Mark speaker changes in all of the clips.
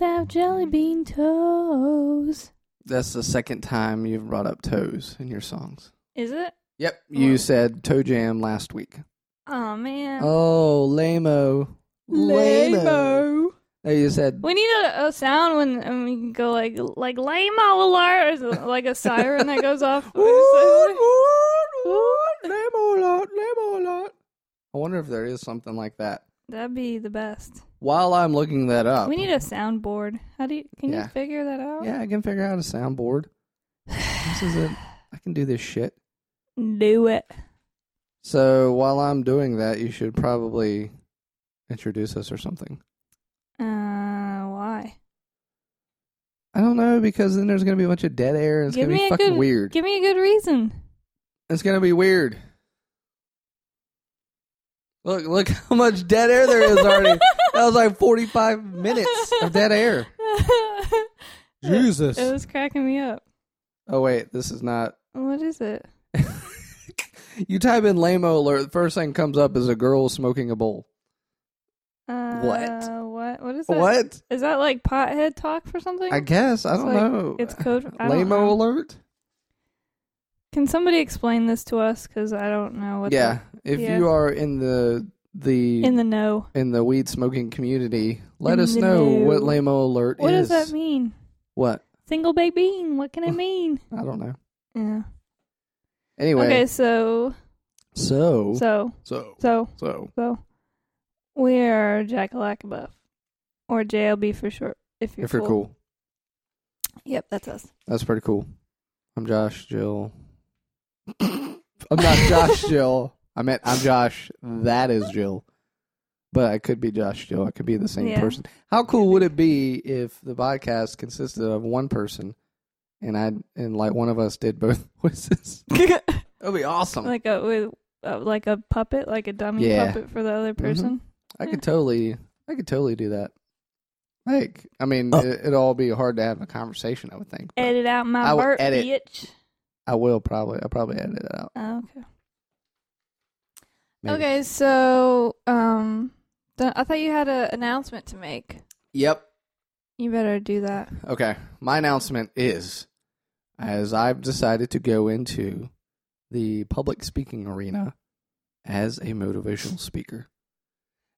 Speaker 1: have jelly bean toes.
Speaker 2: That's the second time you've brought up toes in your songs.
Speaker 1: Is it?
Speaker 2: Yep, you
Speaker 1: Oh.
Speaker 2: said toe jam last week.
Speaker 1: Oh man.
Speaker 2: Oh, lameo. No, you said
Speaker 1: We need a, a sound when and we can go like like lame alert, or is it like a siren that goes off.
Speaker 2: lameo lameo I wonder if there is something like that.
Speaker 1: That'd be the best.
Speaker 2: While I'm looking that up,
Speaker 1: We need a soundboard. How do you? Can
Speaker 2: Uh, Yeah.
Speaker 1: you figure that out?
Speaker 2: yeah, I can figure out a soundboard. This is it. I can do this shit.
Speaker 1: Do it.
Speaker 2: So while I'm doing that, you should probably introduce us or something.
Speaker 1: Uh, why?
Speaker 2: I don't know because then there's gonna be a bunch of dead air. And it's
Speaker 1: Give
Speaker 2: gonna
Speaker 1: me
Speaker 2: be
Speaker 1: a
Speaker 2: fucking
Speaker 1: good-
Speaker 2: weird.
Speaker 1: Give me a good reason.
Speaker 2: It's gonna be weird. Look! Look how much dead air there is already. that was like 45 minutes of dead air. Jesus.
Speaker 1: It was cracking me up.
Speaker 2: Oh wait, this is not.
Speaker 1: What is it?
Speaker 2: You type in "lamo alert." The first thing comes up is a girl smoking a bowl.
Speaker 1: Uh,
Speaker 2: What?
Speaker 1: What? What is that?
Speaker 2: what?
Speaker 1: Is that like pothead talk for something?
Speaker 2: I guess I
Speaker 1: It's
Speaker 2: don't
Speaker 1: like-
Speaker 2: know.
Speaker 1: It's code. I don't
Speaker 2: Lamo
Speaker 1: know.
Speaker 2: alert.
Speaker 1: Can somebody explain this to us? Because I don't know what.
Speaker 2: yeah, if
Speaker 1: yeah.
Speaker 2: you are in the the
Speaker 1: The, in the know.
Speaker 2: in the weed smoking community, let
Speaker 1: In
Speaker 2: us
Speaker 1: the
Speaker 2: know
Speaker 1: know.
Speaker 2: what lamo alert
Speaker 1: What
Speaker 2: is.
Speaker 1: does that mean?
Speaker 2: What?
Speaker 1: Single baked bean. What can it mean?
Speaker 2: I don't know.
Speaker 1: Yeah.
Speaker 2: Anyway,
Speaker 1: Okay. So.
Speaker 2: so
Speaker 1: So.
Speaker 2: so
Speaker 1: So.
Speaker 2: so
Speaker 1: So. We are Jackalacabuff, or JLB for short. If you're,
Speaker 2: if you're cool,
Speaker 1: Yep, that's us.
Speaker 2: that's pretty cool. I'm Josh Jill. I'm not Josh Jill. I meant I'm Josh. That is Jill. But I could be Josh Jill. I could be the same
Speaker 1: Yeah.
Speaker 2: person. How cool would it be if the podcast consisted of one person, and I and like one of us did both voices? That'd be awesome.
Speaker 1: like a with, uh, like a puppet, like a dummy
Speaker 2: Yeah. Mm-hmm.
Speaker 1: puppet for the other person.
Speaker 2: I could totally, I could totally do that. Like, I mean,
Speaker 1: Oh.
Speaker 2: it, it'd all be hard to have a conversation. I would think. but
Speaker 1: Edit out my
Speaker 2: I would
Speaker 1: burp,
Speaker 2: edit.
Speaker 1: bitch.
Speaker 2: I will probably. I'll probably edit it out.
Speaker 1: Oh, okay.
Speaker 2: maybe.
Speaker 1: Okay, so um, th- I thought you had an announcement to make.
Speaker 2: Yep.
Speaker 1: You better do that.
Speaker 2: Okay. My announcement is, as I've decided to go into the public speaking arena as a motivational speaker.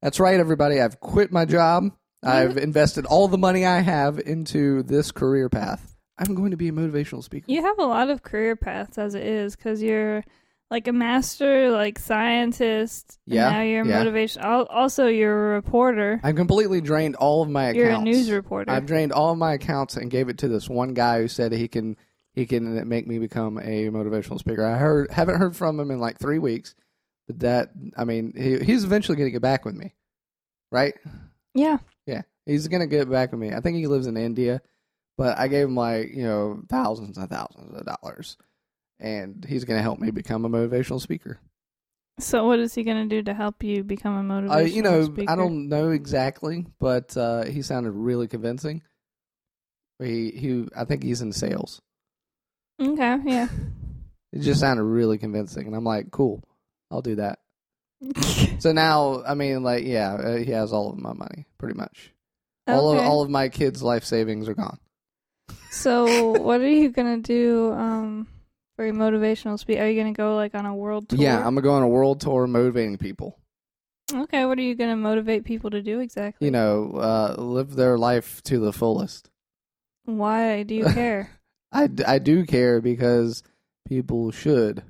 Speaker 2: That's right, everybody. I've quit my job. I've invested all the money I have into this career path. I'm going to be a motivational speaker.
Speaker 1: You have a lot of career paths as it is because you're like a master, like scientist. and
Speaker 2: Yeah,
Speaker 1: now you're a
Speaker 2: yeah.
Speaker 1: motivation. al- Also, you're a reporter.
Speaker 2: I've completely drained all of my accounts.
Speaker 1: You're a news reporter.
Speaker 2: I've drained all of my accounts and gave it to this one guy who said he can he can make me become a motivational speaker. I heard haven't heard from him in like three weeks, but that I mean he, he's eventually going to get back with me, right?
Speaker 1: yeah.
Speaker 2: Yeah, he's going to get back with me. I think he lives in India, but I gave him like you know thousands and thousands of dollars, and he's going to help me become a motivational speaker.
Speaker 1: So, what is he going to do to help you become a motivational
Speaker 2: Uh, you know,
Speaker 1: speaker?
Speaker 2: I don't know exactly, but uh, he sounded really convincing. He, he, I think he's in sales.
Speaker 1: Okay. Yeah.
Speaker 2: It just sounded really convincing, and I'm like, cool, I'll do that. So now, I mean, like, yeah, uh, he has all of my money, pretty much. All of
Speaker 1: Okay.
Speaker 2: all of my kids' life savings are gone.
Speaker 1: So, what are you gonna do um, for your motivational speech? Are you gonna go like on a world tour?
Speaker 2: Yeah, I'm gonna go on a world tour motivating people.
Speaker 1: okay, what are you gonna motivate people to do exactly?
Speaker 2: You know, uh, live their life to the fullest.
Speaker 1: Why do you care?
Speaker 2: I, d- I do care because people should.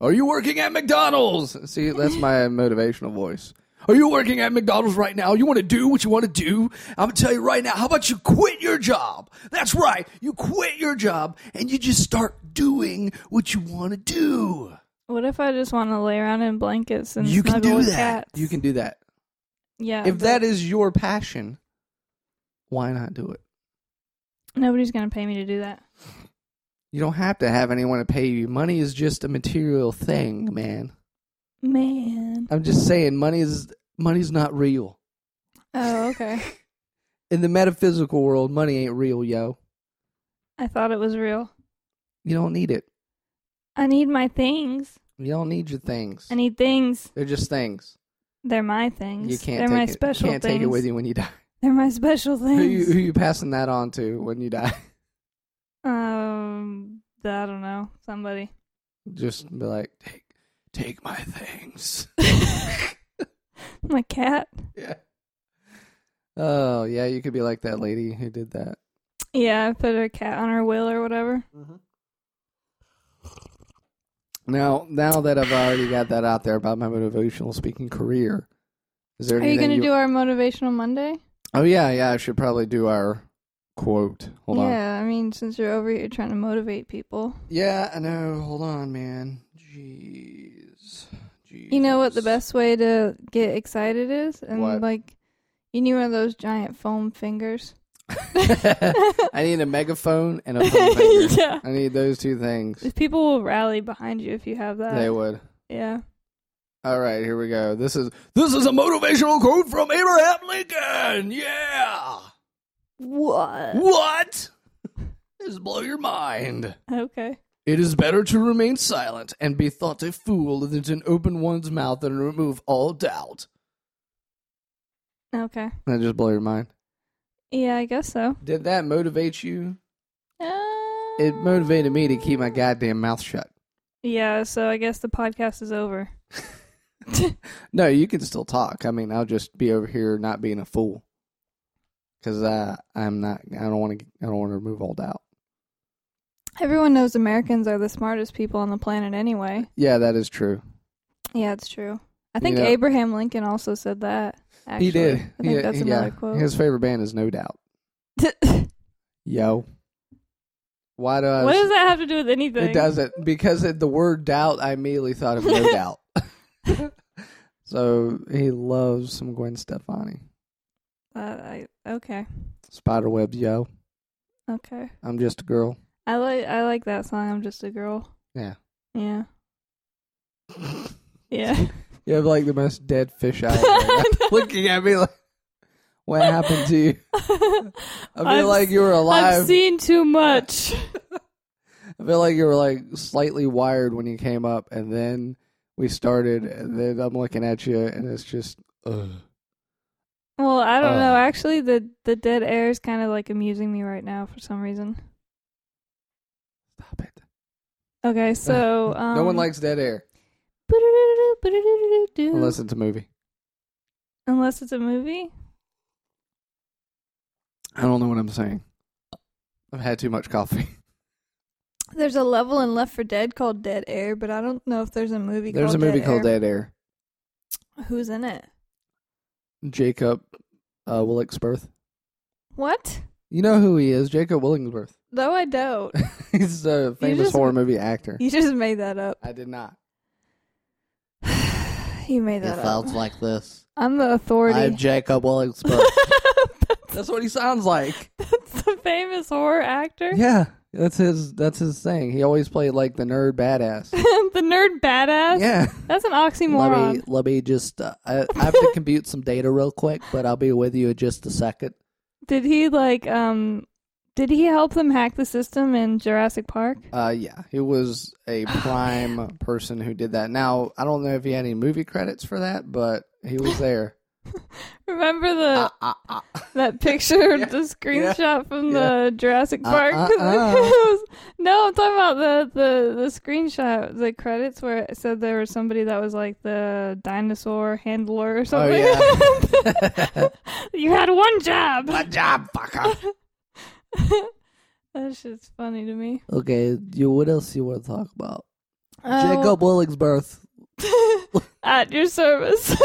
Speaker 2: Are you working at McDonald's? See, that's my motivational voice. Are you working at McDonald's right now? You want to do what you want to do? I'm going to tell you right now. How about you quit your job? That's right. You quit your job and you just start doing what you want to do.
Speaker 1: what if I just want to lay around in blankets and
Speaker 2: you can
Speaker 1: snuggle
Speaker 2: do
Speaker 1: with
Speaker 2: that.
Speaker 1: cats?
Speaker 2: You can do that.
Speaker 1: Yeah.
Speaker 2: If
Speaker 1: but
Speaker 2: that is your passion, why not do it?
Speaker 1: nobody's gonna pay me to do that.
Speaker 2: You don't have to have anyone to pay you. Money is just a material thing, man.
Speaker 1: Man.
Speaker 2: I'm just saying, money is money's not real.
Speaker 1: Oh, okay.
Speaker 2: In the metaphysical world, money ain't real, yo.
Speaker 1: I thought it was real.
Speaker 2: You don't need it.
Speaker 1: I need my things.
Speaker 2: You don't need your things.
Speaker 1: I need things.
Speaker 2: They're just things.
Speaker 1: They're my things.
Speaker 2: You can't
Speaker 1: They're
Speaker 2: take
Speaker 1: my
Speaker 2: it.
Speaker 1: special
Speaker 2: you can't
Speaker 1: things.
Speaker 2: take it with you when you die.
Speaker 1: They're my special
Speaker 2: Who you,
Speaker 1: things.
Speaker 2: who you passing that on to when you die?
Speaker 1: um, I don't know. Somebody.
Speaker 2: Just be like, take, take my things.
Speaker 1: my cat.
Speaker 2: yeah. Oh yeah, you could be like that lady who did that.
Speaker 1: Yeah, I put her cat on her will or whatever.
Speaker 2: Now, now that I've already got that out there about my motivational speaking career, is there?
Speaker 1: Are you
Speaker 2: anything
Speaker 1: gonna do our motivational Monday?
Speaker 2: Oh yeah, yeah. I should probably do our quote. Hold on.
Speaker 1: yeah, I mean, since you're over here trying to motivate people,
Speaker 2: Yeah, I know. Hold on, man. Jeez. Jeez.
Speaker 1: you know what the best way to get excited is, and
Speaker 2: What?
Speaker 1: like, you need one of those giant foam fingers.
Speaker 2: I need a megaphone and a phone finger.
Speaker 1: yeah,
Speaker 2: I need those two things.
Speaker 1: people will rally behind you if you have that.
Speaker 2: They would.
Speaker 1: yeah,
Speaker 2: All right, here we go. This is this is a motivational quote from Abraham Lincoln. Yeah.
Speaker 1: what?
Speaker 2: What? This blow your mind.
Speaker 1: Okay,
Speaker 2: It is better to remain silent and be thought a fool than to open one's mouth and remove all doubt.
Speaker 1: okay,
Speaker 2: That just blow your mind.
Speaker 1: yeah, I guess so.
Speaker 2: Did that motivate you?
Speaker 1: Uh,
Speaker 2: It motivated me to keep my goddamn mouth shut.
Speaker 1: Yeah, so I guess the podcast is over.
Speaker 2: No, you can still talk. I mean, I'll just be over here not being a fool. Cause I, I'm not. I don't want to. I don't want to remove all doubt.
Speaker 1: Everyone knows Americans are the smartest people on the planet anyway.
Speaker 2: Yeah, that is true.
Speaker 1: Yeah, it's true. I think
Speaker 2: know-
Speaker 1: Abraham Lincoln also said that. Actually.
Speaker 2: he did.
Speaker 1: I think
Speaker 2: Yeah,
Speaker 1: that's
Speaker 2: yeah.
Speaker 1: another quote.
Speaker 2: His favorite band is No Doubt. Yo, why do I?
Speaker 1: what does that have to do with anything?
Speaker 2: It doesn't because it, the word doubt. I immediately thought of No Doubt. so he loves some Gwen Stefani.
Speaker 1: Uh, I, okay,
Speaker 2: Spiderwebs, yo.
Speaker 1: okay.
Speaker 2: I'm just a girl.
Speaker 1: I like I like that song. I'm just a girl.
Speaker 2: Yeah.
Speaker 1: Yeah. Yeah.
Speaker 2: You have like the most dead fish eye. right now. Looking at me like, what happened to you? I feel
Speaker 1: I've
Speaker 2: like you were
Speaker 1: I've
Speaker 2: alive.
Speaker 1: seen too much.
Speaker 2: I feel like you were like slightly wired when you came up, and then we started, and then I'm looking at you, and it's just, ugh.
Speaker 1: Well, I don't
Speaker 2: Oh.
Speaker 1: know. Actually, the the dead air is kind of like amusing me right now for some reason.
Speaker 2: Stop it.
Speaker 1: Okay, so um,
Speaker 2: no one likes dead air unless
Speaker 1: Unless
Speaker 2: it's a movie.
Speaker 1: unless it's a movie.
Speaker 2: I don't know what I'm saying. I've had too much coffee.
Speaker 1: There's a level in Left for Dead called Dead Air, but I don't know if there's a movie.
Speaker 2: There's a
Speaker 1: called
Speaker 2: movie
Speaker 1: Dead
Speaker 2: called
Speaker 1: Air.
Speaker 2: Dead Air.
Speaker 1: Who's in it?
Speaker 2: Jacob uh, Willingsworth.
Speaker 1: What?
Speaker 2: You know who he is, Jacob Willingsworth.
Speaker 1: No, I don't.
Speaker 2: He's a famous
Speaker 1: just-
Speaker 2: horror movie actor.
Speaker 1: You just made that up.
Speaker 2: I did not.
Speaker 1: You made that up.
Speaker 2: like this.
Speaker 1: I'm the authority.
Speaker 2: Jacob Willingsworth.
Speaker 1: that's,
Speaker 2: that's what he sounds like.
Speaker 1: that's the famous horror actor.
Speaker 2: Yeah, that's his. That's his thing. He always played like the nerd badass.
Speaker 1: the nerd badass.
Speaker 2: yeah.
Speaker 1: That's an oxymoron.
Speaker 2: let me just. Uh, I, I have to compute some data real quick, but I'll be with you in just a second.
Speaker 1: Did he like um? Did he help them hack the system in Jurassic Park?
Speaker 2: Uh, yeah, he was a prime person who did that. Now I don't know if he had any movie credits for that, but he was there.
Speaker 1: Remember the
Speaker 2: Ah, ah, ah.
Speaker 1: that picture, the screenshot from the Jurassic Park.
Speaker 2: uh, uh.
Speaker 1: It was- no, I'm talking about the, the, the screenshot, the credits where it said there was somebody that was like the dinosaur handler or
Speaker 2: Oh
Speaker 1: something.
Speaker 2: yeah.
Speaker 1: you had one job.
Speaker 2: Good job, fucker.
Speaker 1: That shit's funny to me.
Speaker 2: Okay, you. What else you want to talk about? Oh.
Speaker 1: Uh,
Speaker 2: Willing's birth.
Speaker 1: at your service.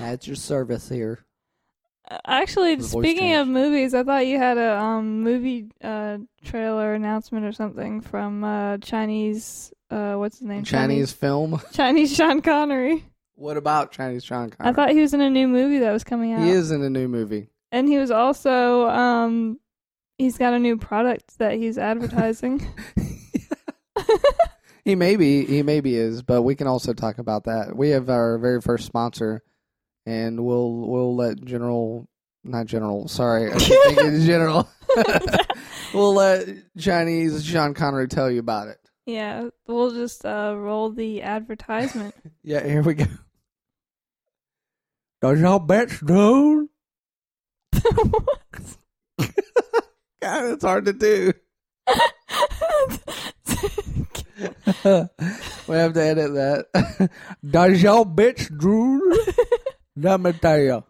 Speaker 2: At your service here.
Speaker 1: Actually,
Speaker 2: The voice
Speaker 1: speaking of movies, I thought you had a um movie uh trailer announcement or something from uh Chinese uh what's his name
Speaker 2: Chinese film.
Speaker 1: Chinese Sean Connery.
Speaker 2: What about Chinese Sean Connery?
Speaker 1: I thought he was in a new movie that was coming out.
Speaker 2: he is in a new movie.
Speaker 1: And he was also um he's got a new product that he's advertising.
Speaker 2: He maybe he maybe is, but we can also talk about that. We have our very first sponsor, and we'll we'll let General, not General, sorry, I keep thinking General. we'll let Chinese Sean Connery tell you about it.
Speaker 1: yeah, we'll just uh roll the advertisement.
Speaker 2: Yeah, here we go. That's your best dude. God, it's hard to do. we have to edit that. Does your bitch drool? Let me tell you.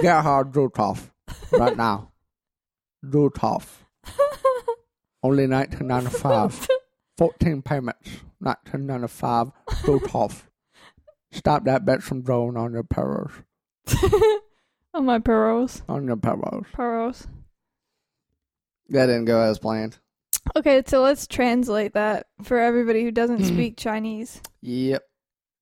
Speaker 2: Get her drool off right now. Drool off. Only 1995. 14 payments. 1995. Drool off. Stop that bitch from drooling on your pillows.
Speaker 1: oh my pearls,
Speaker 2: On your pillows.
Speaker 1: pearls.
Speaker 2: That didn't go as planned.
Speaker 1: Okay, so let's translate that for everybody who doesn't
Speaker 2: Mm.
Speaker 1: speak Chinese.
Speaker 2: Yep.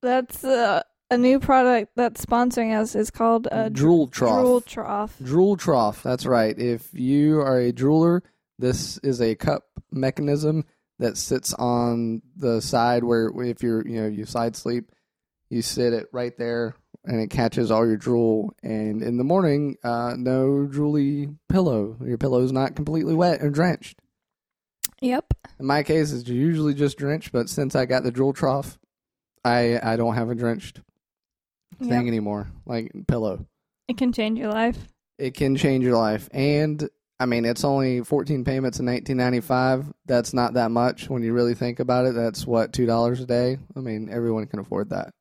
Speaker 1: That's uh, a new product that's sponsoring us. It's called uh, a
Speaker 2: drool trough.
Speaker 1: drool trough.
Speaker 2: Drool trough. That's right. If you are a drooler, this is a cup mechanism that sits on the side where if you're you know you side sleep, you sit it right there and it catches all your drool. And in the morning, uh, no drooly pillow. Your pillow's not completely wet or drenched.
Speaker 1: Yep.
Speaker 2: In my case, it's usually just drenched, but since I got the drool trough, I I don't have a drenched
Speaker 1: Yep.
Speaker 2: thing anymore, like pillow.
Speaker 1: It can change your life.
Speaker 2: it can change your life and i mean it's only 14 payments in 1995 that's not that much when you really think about it that's what $2 a day i mean everyone can afford that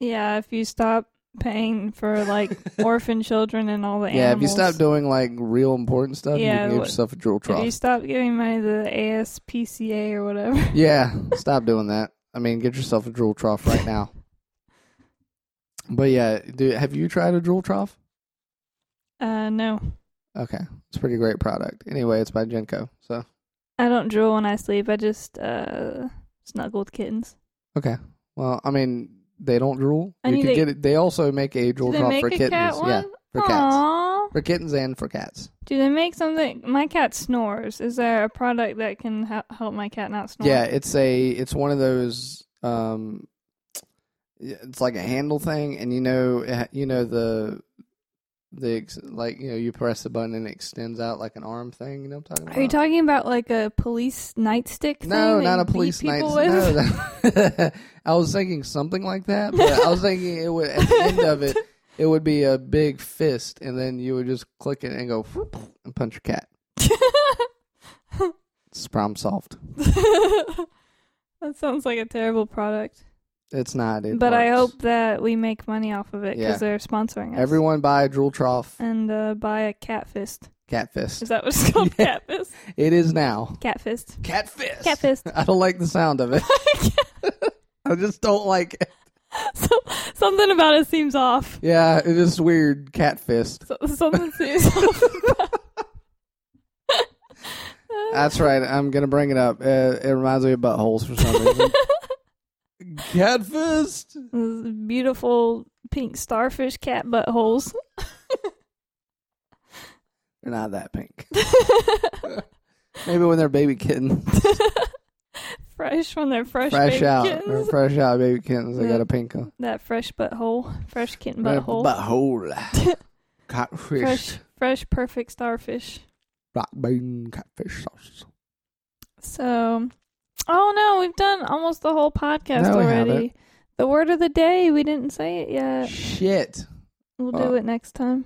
Speaker 1: Yeah, if you stop paying for like orphan children and all the
Speaker 2: yeah if you
Speaker 1: animals.
Speaker 2: stop doing like real important stuff
Speaker 1: Yeah,
Speaker 2: you can get
Speaker 1: what-
Speaker 2: yourself a drool
Speaker 1: If
Speaker 2: trough
Speaker 1: you stop giving money to the ASPCA or whatever.
Speaker 2: yeah stop doing that i mean get yourself a drool trough right now but yeah do, have you tried a drool trough
Speaker 1: Uh, no,
Speaker 2: okay it's a pretty great product anyway it's by genko so
Speaker 1: I don't drool when I sleep. I just uh snuggle with kittens.
Speaker 2: okay well i mean they don't drool
Speaker 1: I
Speaker 2: you
Speaker 1: need
Speaker 2: can
Speaker 1: to-
Speaker 2: get it they also make a drool
Speaker 1: Do they
Speaker 2: trough
Speaker 1: make
Speaker 2: for
Speaker 1: a
Speaker 2: kittens
Speaker 1: cat one?
Speaker 2: yeah for cats
Speaker 1: Aw.
Speaker 2: for kittens and for cats.
Speaker 1: Do they make something? My cat snores. Is there a product that can ha- help my cat not snore?
Speaker 2: Yeah, it's a it's one of those um it's like a handle thing and you know it ha- you know the the ex- like you know you press the button and it extends out like an arm thing, you know what I'm talking about?
Speaker 1: Are you talking about like a police nightstick? thing
Speaker 2: no,
Speaker 1: that
Speaker 2: not
Speaker 1: you
Speaker 2: a
Speaker 1: beat
Speaker 2: police night.
Speaker 1: people
Speaker 2: No,
Speaker 1: with?
Speaker 2: that- I was thinking something like that, but I was thinking it would at the end of it it would be a big fist and then you would just click it and go whoop, and punch your cat. It's problem solved.
Speaker 1: that sounds like a terrible product.
Speaker 2: It's not. It
Speaker 1: but I
Speaker 2: works.
Speaker 1: hope that we make money off of it because
Speaker 2: Yeah.
Speaker 1: they're sponsoring us.
Speaker 2: Everyone buy a drool trough
Speaker 1: and uh, buy a cat fist.
Speaker 2: cat fist.
Speaker 1: Is that what it's called?
Speaker 2: Yeah.
Speaker 1: Cat fist.
Speaker 2: It is now
Speaker 1: Cat fist.
Speaker 2: cat fist.
Speaker 1: Cat fist.
Speaker 2: I don't like the sound of it. I just don't like. It.
Speaker 1: so, something about it seems off.
Speaker 2: Yeah, it is weird. Cat fist.
Speaker 1: So, something seems off.
Speaker 2: That's right. I'm gonna bring it up. Uh, it reminds me of buttholes for some reason. cat fist.
Speaker 1: Those beautiful pink starfish cat buttholes.
Speaker 2: They're not that pink. Maybe when they're baby kittens,
Speaker 1: fresh when they're fresh.
Speaker 2: fresh
Speaker 1: baby
Speaker 2: out,
Speaker 1: kittens.
Speaker 2: They're fresh out baby kittens. They
Speaker 1: Yeah.
Speaker 2: got a pink uh, one.
Speaker 1: That fresh butthole. Fresh kitten butthole.
Speaker 2: Butthole. Catfish.
Speaker 1: fresh, fresh, perfect starfish.
Speaker 2: Black bean catfish sauce.
Speaker 1: So, oh no, we've done almost the whole podcast
Speaker 2: No, we
Speaker 1: already.
Speaker 2: haven't.
Speaker 1: The word of the day, we didn't say it yet.
Speaker 2: Shit.
Speaker 1: We'll
Speaker 2: Uh,
Speaker 1: do it next time.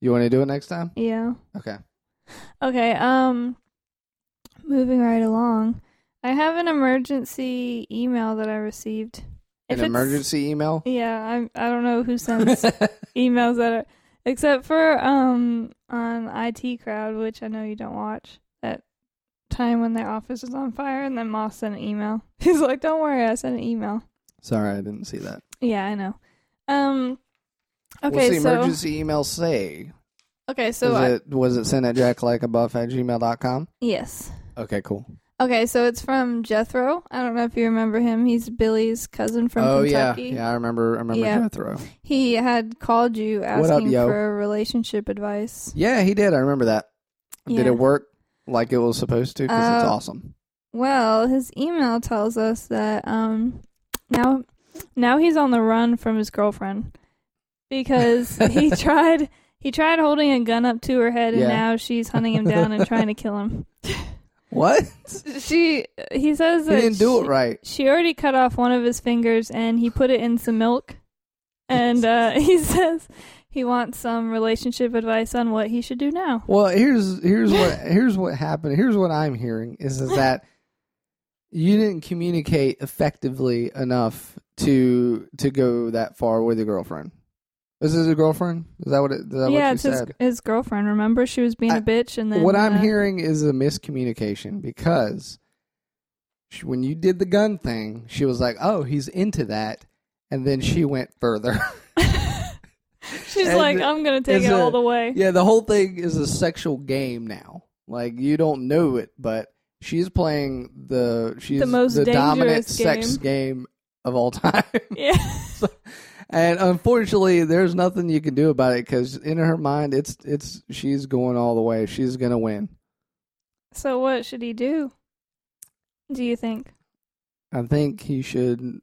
Speaker 2: You want to do it next time?
Speaker 1: Yeah.
Speaker 2: Okay.
Speaker 1: Okay, um moving right along. I have an emergency email that I received. If
Speaker 2: An
Speaker 1: it's-
Speaker 2: emergency email.
Speaker 1: Yeah, I I don't know who sends emails that are except for um on IT Crowd, which I know you don't watch. That time when their office was on fire, and then Moss sent an email. He's like, "Don't worry, I sent an email."
Speaker 2: Sorry, I didn't see that.
Speaker 1: Yeah, I know. Um.
Speaker 2: What's
Speaker 1: Okay,
Speaker 2: the
Speaker 1: so
Speaker 2: emergency email say?
Speaker 1: okay, so
Speaker 2: was
Speaker 1: I,
Speaker 2: it was it sent at jacklikeabuff at gmail.com?
Speaker 1: yes.
Speaker 2: Okay, cool.
Speaker 1: Okay, so it's from Jethro. I don't know if you remember him. He's Billy's cousin from
Speaker 2: oh
Speaker 1: Kentucky.
Speaker 2: yeah, yeah. I remember. I remember
Speaker 1: Yeah.
Speaker 2: Jethro.
Speaker 1: He had called you
Speaker 2: What up,
Speaker 1: asking
Speaker 2: yo?
Speaker 1: for relationship advice.
Speaker 2: Yeah, he did. I remember that. Did
Speaker 1: Yeah.
Speaker 2: it work like it was supposed to? Because it's
Speaker 1: Uh,
Speaker 2: awesome.
Speaker 1: Well, his email tells us that um now now he's on the run from his girlfriend because he tried he tried holding a gun up to her head and
Speaker 2: Yeah.
Speaker 1: now she's hunting him down and trying to kill him.
Speaker 2: What?
Speaker 1: She he says
Speaker 2: He
Speaker 1: that
Speaker 2: didn't do
Speaker 1: she-
Speaker 2: it right.
Speaker 1: She already cut off one of his fingers and he put it in some milk. And uh, he says He wants some relationship advice on what he should do now.
Speaker 2: Well, here's here's what here's what happened. Here's what I'm hearing is, is that you didn't communicate effectively enough to to go that far with your girlfriend. Is this a girlfriend? Is that what it, is that
Speaker 1: yeah,
Speaker 2: what you
Speaker 1: it's his,
Speaker 2: said?
Speaker 1: his girlfriend. Remember, she was being a
Speaker 2: I-
Speaker 1: bitch, and then
Speaker 2: what I'm
Speaker 1: uh,
Speaker 2: hearing is a miscommunication because she, when you did the gun thing, she was like, "Oh, he's into that," and then she went further.
Speaker 1: she's
Speaker 2: and
Speaker 1: like, "I'm gonna take
Speaker 2: is
Speaker 1: it all
Speaker 2: it-
Speaker 1: the way."
Speaker 2: yeah, the whole thing is a sexual game now. Like you don't know it, but she's playing the she's
Speaker 1: The most
Speaker 2: dominant
Speaker 1: dangerous
Speaker 2: sex game of all time.
Speaker 1: Yeah,
Speaker 2: and unfortunately, there's nothing you can do about it because in her mind, it's it's she's going all the way. She's gonna win.
Speaker 1: So what should he do? Do you think?
Speaker 2: I think he should.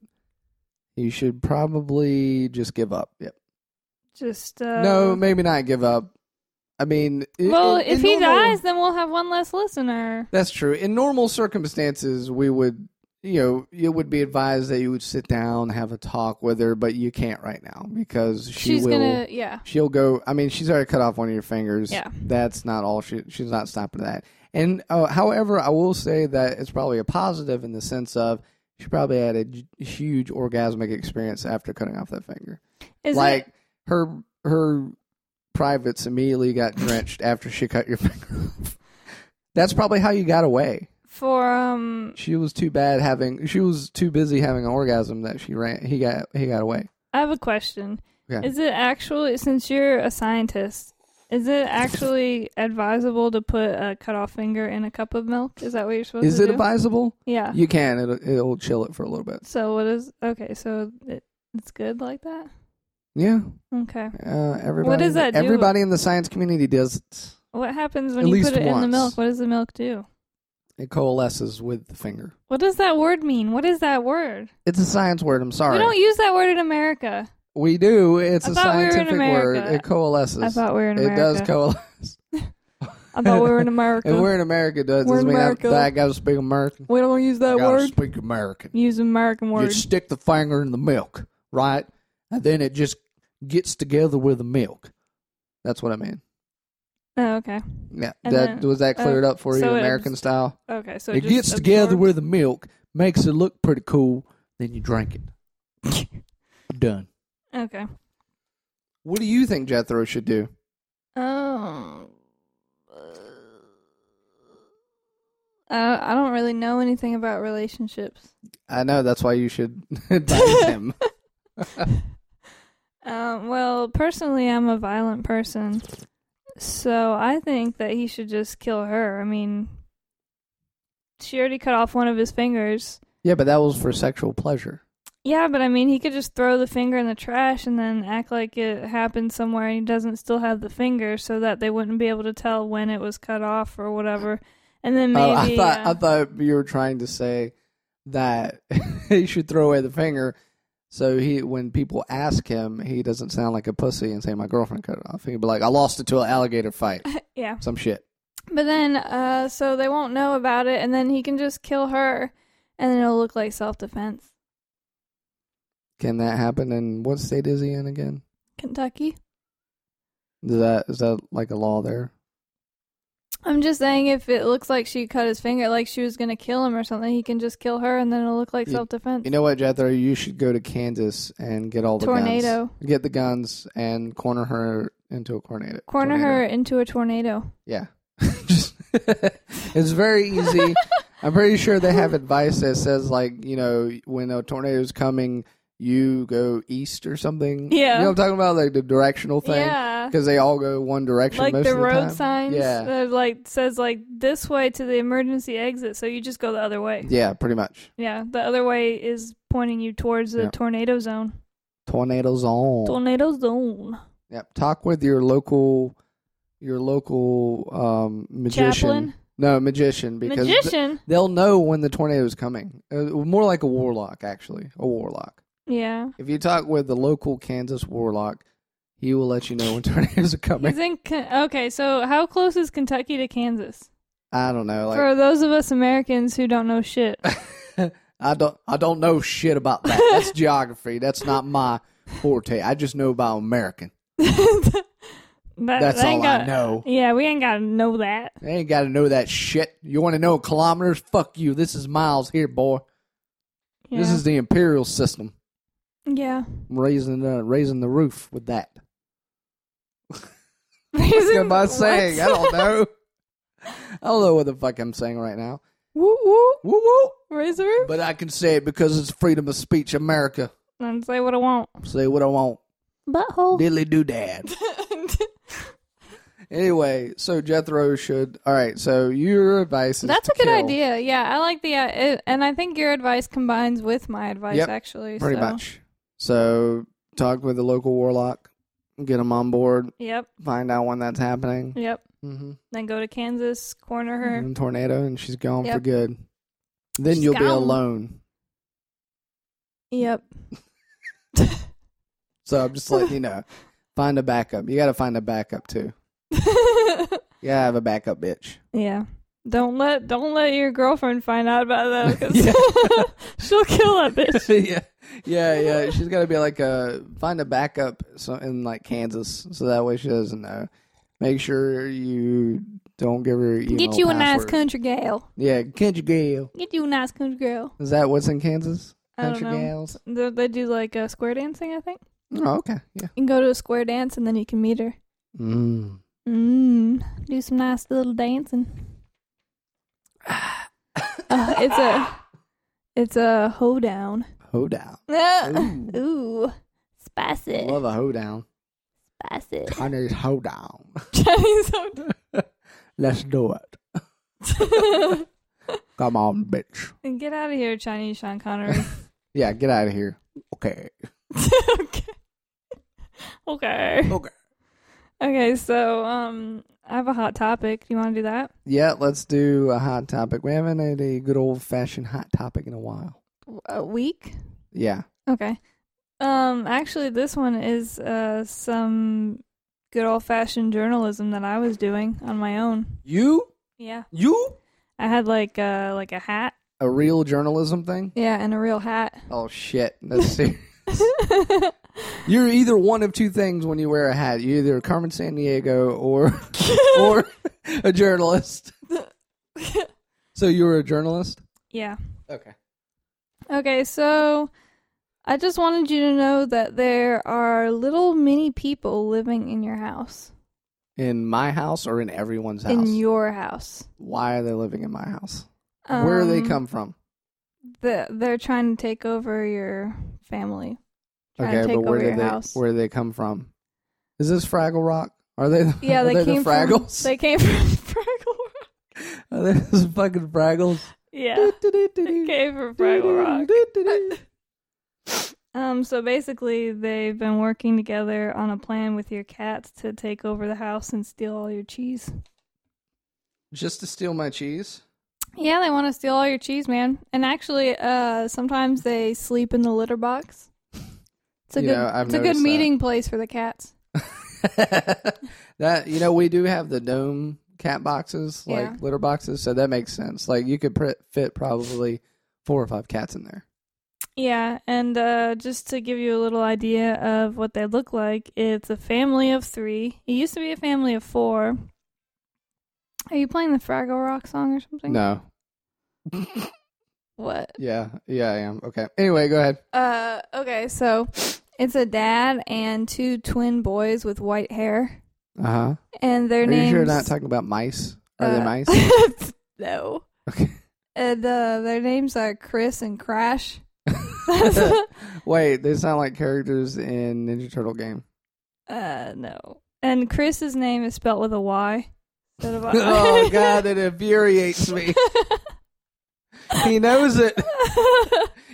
Speaker 2: He should probably just give up. Yep.
Speaker 1: Just uh,
Speaker 2: no, maybe not give up. I mean, i-
Speaker 1: Well,
Speaker 2: in- in
Speaker 1: if he
Speaker 2: normal-
Speaker 1: dies, then we'll have one less listener.
Speaker 2: That's true. In normal circumstances, we would, you know, it would be advised that you would sit down, have a talk with her, but you can't right now because she
Speaker 1: She's
Speaker 2: will.
Speaker 1: gonna, yeah.
Speaker 2: She'll go. I mean, she's already cut off one of your fingers.
Speaker 1: Yeah.
Speaker 2: That's not all. She she's not stopping that. And uh, however, I will say that it's probably a positive in the sense of she probably had a j- huge orgasmic experience after cutting off that finger.
Speaker 1: Is
Speaker 2: like
Speaker 1: it?
Speaker 2: her her privates immediately got drenched after she cut your finger off. That's probably how you got away.
Speaker 1: for um?
Speaker 2: She was too bad having. She was too busy having an orgasm that she ran. He got he got away.
Speaker 1: I have a question.
Speaker 2: Okay.
Speaker 1: Is it actually since you're a scientist? Is it actually advisable to put a cut off finger in a cup of milk? Is that what you're supposed
Speaker 2: Is
Speaker 1: to
Speaker 2: it
Speaker 1: do? Uh.
Speaker 2: advisable?
Speaker 1: yeah.
Speaker 2: You can. It'll, it'll chill it for a little bit.
Speaker 1: So what is okay? So it, it's good like that.
Speaker 2: Yeah.
Speaker 1: Okay.
Speaker 2: Uh, everybody.
Speaker 1: does that do?
Speaker 2: Everybody in the science community does. It,
Speaker 1: What happens when
Speaker 2: At
Speaker 1: you
Speaker 2: least
Speaker 1: put it in the
Speaker 2: once.
Speaker 1: milk? What does the milk do?
Speaker 2: it coalesces with the finger.
Speaker 1: What does that word mean? What is that word?
Speaker 2: It's a science word. I'm
Speaker 1: We
Speaker 2: sorry. We,
Speaker 1: don't use that word in America.
Speaker 2: do. It's
Speaker 1: I
Speaker 2: a
Speaker 1: thought we were in
Speaker 2: scientific word.
Speaker 1: America.
Speaker 2: It coalesces.
Speaker 1: I thought we were in America.
Speaker 2: It does coalesce.
Speaker 1: I thought we were in America.
Speaker 2: If we're in America, it does
Speaker 1: We're
Speaker 2: doesn't
Speaker 1: in
Speaker 2: mean
Speaker 1: America.
Speaker 2: I, that I gotta speak American.
Speaker 1: we don't use
Speaker 2: I
Speaker 1: that
Speaker 2: gotta
Speaker 1: word.
Speaker 2: speak American.
Speaker 1: use American
Speaker 2: You
Speaker 1: word.
Speaker 2: stick the finger in the milk, right? And then it just gets together with the milk. That's what I mean.
Speaker 1: Oh, okay.
Speaker 2: Yeah,
Speaker 1: And
Speaker 2: that
Speaker 1: then- uh,
Speaker 2: was that cleared up for
Speaker 1: so
Speaker 2: you,
Speaker 1: it
Speaker 2: American
Speaker 1: abs-
Speaker 2: style.
Speaker 1: Okay. So
Speaker 2: It,
Speaker 1: just
Speaker 2: gets together
Speaker 1: absorbs-
Speaker 2: with the milk, makes it look pretty cool. Then you drink it. Done.
Speaker 1: Okay.
Speaker 2: What do you think Jethro should do?
Speaker 1: Oh. Uh, I I don't really know anything about relationships.
Speaker 2: I know that's why you should advise him.
Speaker 1: Um, well, personally, I'm a violent person, so I think that he should just kill her. I mean, she already cut off one of his fingers.
Speaker 2: Yeah, but that was for sexual pleasure.
Speaker 1: Yeah, but I mean, he could just throw the finger in the trash and then act like it happened somewhere and he doesn't still have the finger so that they wouldn't be able to tell when it was cut off or whatever. And then maybe.
Speaker 2: Oh, I thought
Speaker 1: uh,
Speaker 2: I thought you were trying to say that he should throw away the finger, so he when people ask him, he doesn't sound like a pussy and say my girlfriend cut it off. He'd be like, I lost it to an alligator fight,
Speaker 1: yeah.
Speaker 2: some shit.
Speaker 1: But then, uh, so they won't know about it and then he can just kill her and then it'll look like self defense.
Speaker 2: Can that happen? And what state is he in again?
Speaker 1: Kentucky?
Speaker 2: Is that is that like a law there?
Speaker 1: I'm just saying if it looks like she cut his finger, like she was going to kill him or something, he can just kill her and then it'll look like
Speaker 2: You-
Speaker 1: self defense.
Speaker 2: You know what, Jethro? You should go to Kansas and get all the
Speaker 1: Tornado.
Speaker 2: guns. Get the guns and corner her into a tornado.
Speaker 1: Corner
Speaker 2: tornado.
Speaker 1: her into a tornado.
Speaker 2: Yeah. Just it's very easy. I'm pretty sure they have advice that says like, you know, when a tornado's coming, you go east or something.
Speaker 1: Yeah.
Speaker 2: You know what I'm talking about? Like the directional thing.
Speaker 1: Yeah.
Speaker 2: Because they all go one direction
Speaker 1: like
Speaker 2: most
Speaker 1: the
Speaker 2: of
Speaker 1: road
Speaker 2: time.
Speaker 1: signs
Speaker 2: Yeah.
Speaker 1: that like says like this way to the emergency exit so you just go the other way
Speaker 2: Yeah, pretty much.
Speaker 1: yeah the other way is pointing you towards the
Speaker 2: Yeah.
Speaker 1: tornado zone
Speaker 2: Tornado zone.
Speaker 1: tornado zone
Speaker 2: yep. Talk with your local your local um magician.
Speaker 1: chaplain
Speaker 2: No, magician because th-
Speaker 1: magician
Speaker 2: they'll know when the tornado is coming. Uh, more like a warlock actually. A warlock.
Speaker 1: yeah
Speaker 2: If you talk with the local Kansas warlock, he will let you know when tornadoes are coming.
Speaker 1: he's in Ken- okay so how close is kentucky to kansas
Speaker 2: I don't know. Like
Speaker 1: for those of us americans who don't know shit
Speaker 2: I don't I don't know shit about that. That's geography. That's not my forte. I just know about American.
Speaker 1: that,
Speaker 2: That's
Speaker 1: Uh, they
Speaker 2: all
Speaker 1: ain't got,
Speaker 2: I know.
Speaker 1: Yeah, we ain't got to know that.
Speaker 2: They ain't got to know that shit. You want to know kilometers? Fuck you. This is miles here, boy.
Speaker 1: Yeah.
Speaker 2: This is the imperial system.
Speaker 1: yeah.
Speaker 2: I'm raising uh, raising the roof with that.
Speaker 1: Reason-
Speaker 2: Am I
Speaker 1: what?
Speaker 2: saying? I don't know. I don't know what the fuck I'm saying right now.
Speaker 1: woo woo.
Speaker 2: Woo woo.
Speaker 1: Raise the roof
Speaker 2: But I can say it because it's freedom of speech, America.
Speaker 1: and say what I want.
Speaker 2: Say what I want.
Speaker 1: Butthole.
Speaker 2: Diddly do dad. Anyway, so Jethro should. All right. So your advice is
Speaker 1: That's
Speaker 2: to
Speaker 1: a good
Speaker 2: kill,
Speaker 1: idea. Yeah, I like the uh, it, and I think your advice combines with my advice
Speaker 2: Yep,
Speaker 1: actually. so.
Speaker 2: Pretty much. So talk with the local warlock, get him on board,
Speaker 1: Yep.
Speaker 2: find out when that's happening.
Speaker 1: Yep.
Speaker 2: Mm-hmm.
Speaker 1: Then go to Kansas, corner her.
Speaker 2: And tornado, and she's gone for
Speaker 1: Yep.
Speaker 2: good. Then
Speaker 1: She's
Speaker 2: you'll be
Speaker 1: gone.
Speaker 2: alone. Mm-hmm.
Speaker 1: Yep.
Speaker 2: So I'm just letting you know. Find a backup. You got to find a backup too. You gotta have a backup bitch.
Speaker 1: yeah. Don't let don't let your girlfriend find out about that
Speaker 2: Yeah.
Speaker 1: because she'll kill that bitch.
Speaker 2: yeah, yeah, yeah. She's got to be like a find a backup so, in like Kansas, so that way she doesn't know. Make sure you don't give her. Email
Speaker 1: Get you a nice
Speaker 2: password.
Speaker 1: country gal.
Speaker 2: Yeah, country gal.
Speaker 1: Get you a nice country girl.
Speaker 2: Is that what's in Kansas?
Speaker 1: I don't
Speaker 2: Country
Speaker 1: know.
Speaker 2: gals.
Speaker 1: They, they do like uh, square dancing, I think.
Speaker 2: Oh, okay. Yeah.
Speaker 1: You can go to a square dance and then you can meet her.
Speaker 2: Mm.
Speaker 1: Mm, do some nice little dancing. Uh, it's a it's a hoedown.
Speaker 2: Hoedown.
Speaker 1: Ooh, spicy,
Speaker 2: Love a hoedown.
Speaker 1: spicy.
Speaker 2: Connor's hoedown.
Speaker 1: Chinese hoedown.
Speaker 2: Let's do it. Come on, bitch.
Speaker 1: And Get out of here, Chinese Sean Connery.
Speaker 2: Yeah, get out of here. Okay.
Speaker 1: okay. Okay.
Speaker 2: Okay.
Speaker 1: Okay. So, um, I have a hot topic. Do you want to do that?
Speaker 2: Yeah, let's do a hot topic. We haven't had a good old fashioned hot topic in a while.
Speaker 1: A week.
Speaker 2: Yeah.
Speaker 1: Okay. Um, actually, this one is uh some good old fashioned journalism that I was doing on my own.
Speaker 2: You?
Speaker 1: Yeah,
Speaker 2: You?
Speaker 1: I had like uh like a hat.
Speaker 2: A real journalism thing?
Speaker 1: Yeah, and a real hat.
Speaker 2: Oh shit. That's serious. You're either one of two things when you wear a hat. You're either Carmen San Diego or or a journalist. So you were a journalist?
Speaker 1: yeah.
Speaker 2: Okay.
Speaker 1: Okay, so I just wanted you to know that there are little mini people living in your house,
Speaker 2: In my house or in everyone's house?
Speaker 1: in your house.
Speaker 2: Why are they living in my house? Where do they
Speaker 1: Um,
Speaker 2: come from?
Speaker 1: the- they're trying to take over your family. Trying
Speaker 2: Okay,
Speaker 1: to take
Speaker 2: but
Speaker 1: over
Speaker 2: where
Speaker 1: your
Speaker 2: did they
Speaker 1: house.
Speaker 2: where do they come from? Is this Fraggle Rock? Are they
Speaker 1: yeah,
Speaker 2: are
Speaker 1: they,
Speaker 2: they,
Speaker 1: came
Speaker 2: the Fraggles?
Speaker 1: From, they came from Fraggle Rock.
Speaker 2: Are they those fucking Fraggles?
Speaker 1: Yeah.
Speaker 2: Do-do-do-do-do.
Speaker 1: They came from Fraggle Rock.
Speaker 2: Do-do-do-do-do.
Speaker 1: Um, so basically, they've been working together on a plan with your cats to take over the house and steal all your cheese.
Speaker 2: Just to steal my cheese?
Speaker 1: Yeah, they want to steal all your cheese, man. And actually, uh, sometimes they sleep in the litter box. It's a
Speaker 2: You
Speaker 1: good,
Speaker 2: know, I've
Speaker 1: it's a good
Speaker 2: noticed that.
Speaker 1: meeting place for the cats.
Speaker 2: that you know we do have the dome cat boxes, like
Speaker 1: Yeah.
Speaker 2: litter boxes, so that makes sense. Like you could pr- fit probably four or five cats in there.
Speaker 1: Yeah, and uh, just to give you a little idea of what they look like, it's a family of three. It used to be a family of four. Are you playing the Fraggle Rock song or something?
Speaker 2: No.
Speaker 1: What?
Speaker 2: Yeah, yeah, I am. Okay. Anyway, go ahead.
Speaker 1: Uh, okay, so it's a dad and two twin boys with white hair,
Speaker 2: Uh huh.
Speaker 1: and their
Speaker 2: Are
Speaker 1: names.
Speaker 2: you sure you're not talking about mice? Are they
Speaker 1: uh,
Speaker 2: mice?
Speaker 1: no.
Speaker 2: Okay.
Speaker 1: And uh, their names are Chris and Crash.
Speaker 2: Wait, they sound like characters in Ninja Turtle game.
Speaker 1: uh, no. And Chris's name is spelt with a Y instead of a-
Speaker 2: oh god, it infuriates me. He knows it.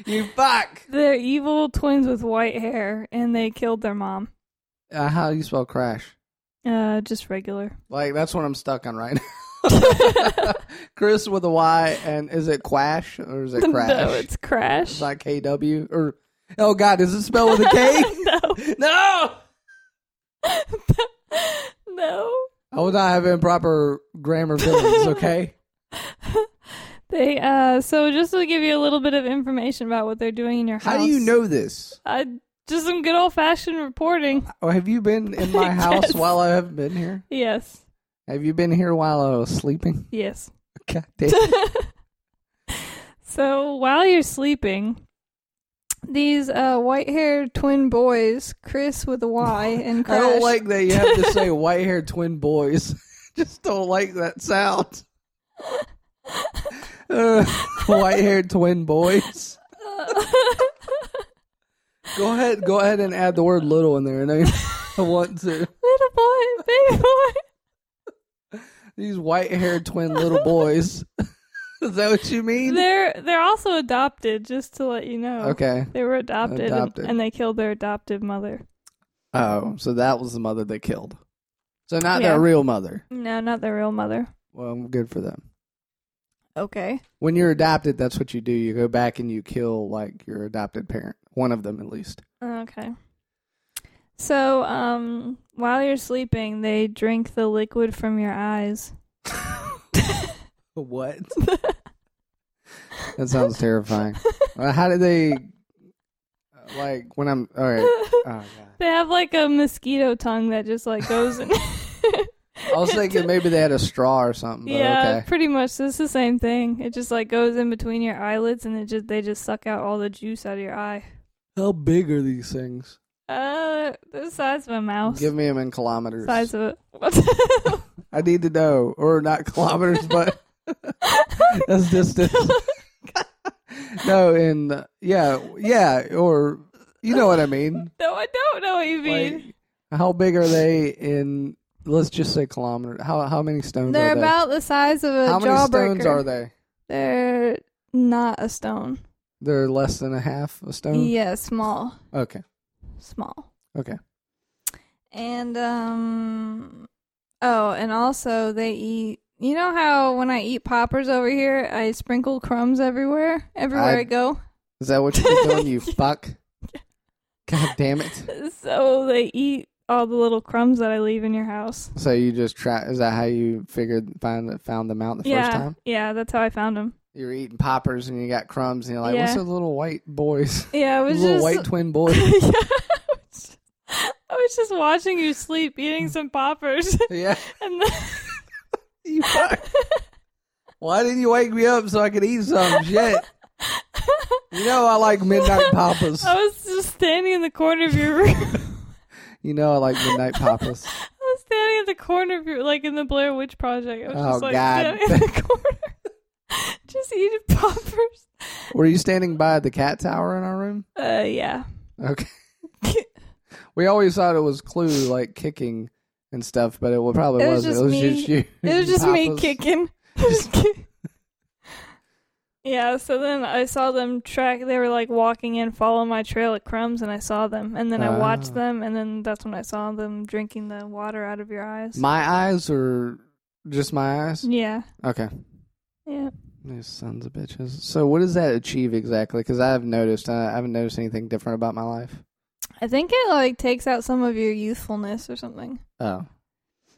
Speaker 2: You fuck.
Speaker 1: They're evil twins with white hair, and they killed their mom.
Speaker 2: Uh, how do you spell crash?
Speaker 1: Uh, just regular.
Speaker 2: Like that's what I'm stuck on right now. Chris with a Y and is it Quash or is it Crash?
Speaker 1: no, it's Crash.
Speaker 2: It's not KW or oh god, is it spelled with a K?
Speaker 1: no,
Speaker 2: no,
Speaker 1: no.
Speaker 2: I will not have improper grammar villains. Okay,
Speaker 1: They uh so just to give you a little bit of information about what they're doing in your house.
Speaker 2: how do you know this?
Speaker 1: I Just some good old fashioned reporting.
Speaker 2: Oh, have you been in my house
Speaker 1: Yes.
Speaker 2: while I haven't been here?
Speaker 1: Yes.
Speaker 2: Have you been here while I was sleeping?
Speaker 1: Yes.
Speaker 2: God damn.
Speaker 1: so while you're sleeping, these uh, white haired twin boys, Chris with a Y and Crash.
Speaker 2: I don't like that you have to say white haired twin boys. Just don't like that sound. Uh, white haired twin boys. Go ahead go ahead and add the word little in there and I I want to.
Speaker 1: little boy, big boy.
Speaker 2: These white haired twin little boys. Is that what you mean?
Speaker 1: They're they're also adopted, just to let you know.
Speaker 2: okay.
Speaker 1: They were adopted, and-
Speaker 2: Adopted.
Speaker 1: And, they killed their adoptive mother.
Speaker 2: Oh, so that was the mother they killed. So not
Speaker 1: Yeah.
Speaker 2: their real mother.
Speaker 1: No, not their real mother.
Speaker 2: Well, good for them.
Speaker 1: Okay.
Speaker 2: When you're adopted, that's what you do. You go back and you kill like your adopted parent, one of them at least.
Speaker 1: Okay. So, um, while you're sleeping, they drink the liquid from your eyes.
Speaker 2: What? That sounds terrifying. Uh, How do they like when I'm all right? Oh, God.
Speaker 1: They have like a mosquito tongue that just like goes in.
Speaker 2: I was thinking maybe they had a straw or something. But
Speaker 1: yeah,
Speaker 2: okay.
Speaker 1: pretty much. It's the same thing. It just like goes in between your eyelids, and it just they just suck out all the juice out of your eye.
Speaker 2: How big are these things?
Speaker 1: Uh, the size of a mouse.
Speaker 2: Give me them in kilometers.
Speaker 1: size of a. What?
Speaker 2: I need to know, or not kilometers, but that's distance. no, in yeah, yeah, or you know what I mean.
Speaker 1: no, I don't know what you mean.
Speaker 2: Like, how big are they in? Let's just say kilometer. How how many stones?
Speaker 1: They're
Speaker 2: are they?
Speaker 1: about the size of a
Speaker 2: how many
Speaker 1: jawbreaker.
Speaker 2: stones are they?
Speaker 1: They're not a stone.
Speaker 2: They're less than a half a stone.
Speaker 1: Yeah, small,
Speaker 2: Okay,
Speaker 1: small.
Speaker 2: okay.
Speaker 1: And um, oh, and also they eat. You know how when I eat poppers over here, I sprinkle crumbs everywhere, everywhere I,
Speaker 2: I-
Speaker 1: go.
Speaker 2: Is that what you're doing? You fuck. God damn it!
Speaker 1: So they eat all the little crumbs that I leave in your house.
Speaker 2: So you just try? Is that how you figured find found them out the
Speaker 1: yeah,
Speaker 2: first time?
Speaker 1: yeah, that's how I found them.
Speaker 2: You're eating poppers and you got crumbs and you're like, "What's
Speaker 1: Yeah.
Speaker 2: those little white boys?
Speaker 1: Yeah, it was
Speaker 2: little
Speaker 1: just
Speaker 2: white twin boys."
Speaker 1: yeah, I was just- I was just watching you sleep,
Speaker 2: Hmm.
Speaker 1: eating some poppers,
Speaker 2: yeah,
Speaker 1: and then.
Speaker 2: you fuck. Why didn't you wake me up so I could eat some shit? You know I like midnight poppers.
Speaker 1: I was just standing in the corner of your room.
Speaker 2: You know I like midnight poppers.
Speaker 1: I was standing in the corner of your, like in the Blair Witch Project. I was
Speaker 2: Oh,
Speaker 1: just like
Speaker 2: God.
Speaker 1: standing in the corner, just eating poppers.
Speaker 2: Were you standing by the cat tower in our room?
Speaker 1: Uh, yeah.
Speaker 2: Okay. We always thought it was Clue like kicking and stuff, but it wa- probably
Speaker 1: It was
Speaker 2: wasn't.
Speaker 1: just
Speaker 2: it was
Speaker 1: me.
Speaker 2: just you.
Speaker 1: It was just me
Speaker 2: Papa's.
Speaker 1: kicking. Just kidding. yeah, so then I saw them track. They were like walking in, follow my trail at crumbs, and I saw them. And then I watched
Speaker 2: Ah.
Speaker 1: them, and then that's when I saw them drinking the water out of your eyes.
Speaker 2: My eyes or just my eyes?
Speaker 1: yeah,
Speaker 2: Okay.
Speaker 1: yeah.
Speaker 2: These sons of bitches. So, what does that achieve exactly? Because I have noticed, I haven't noticed anything different about my life.
Speaker 1: I think it like takes out some of your youthfulness or something.
Speaker 2: Oh,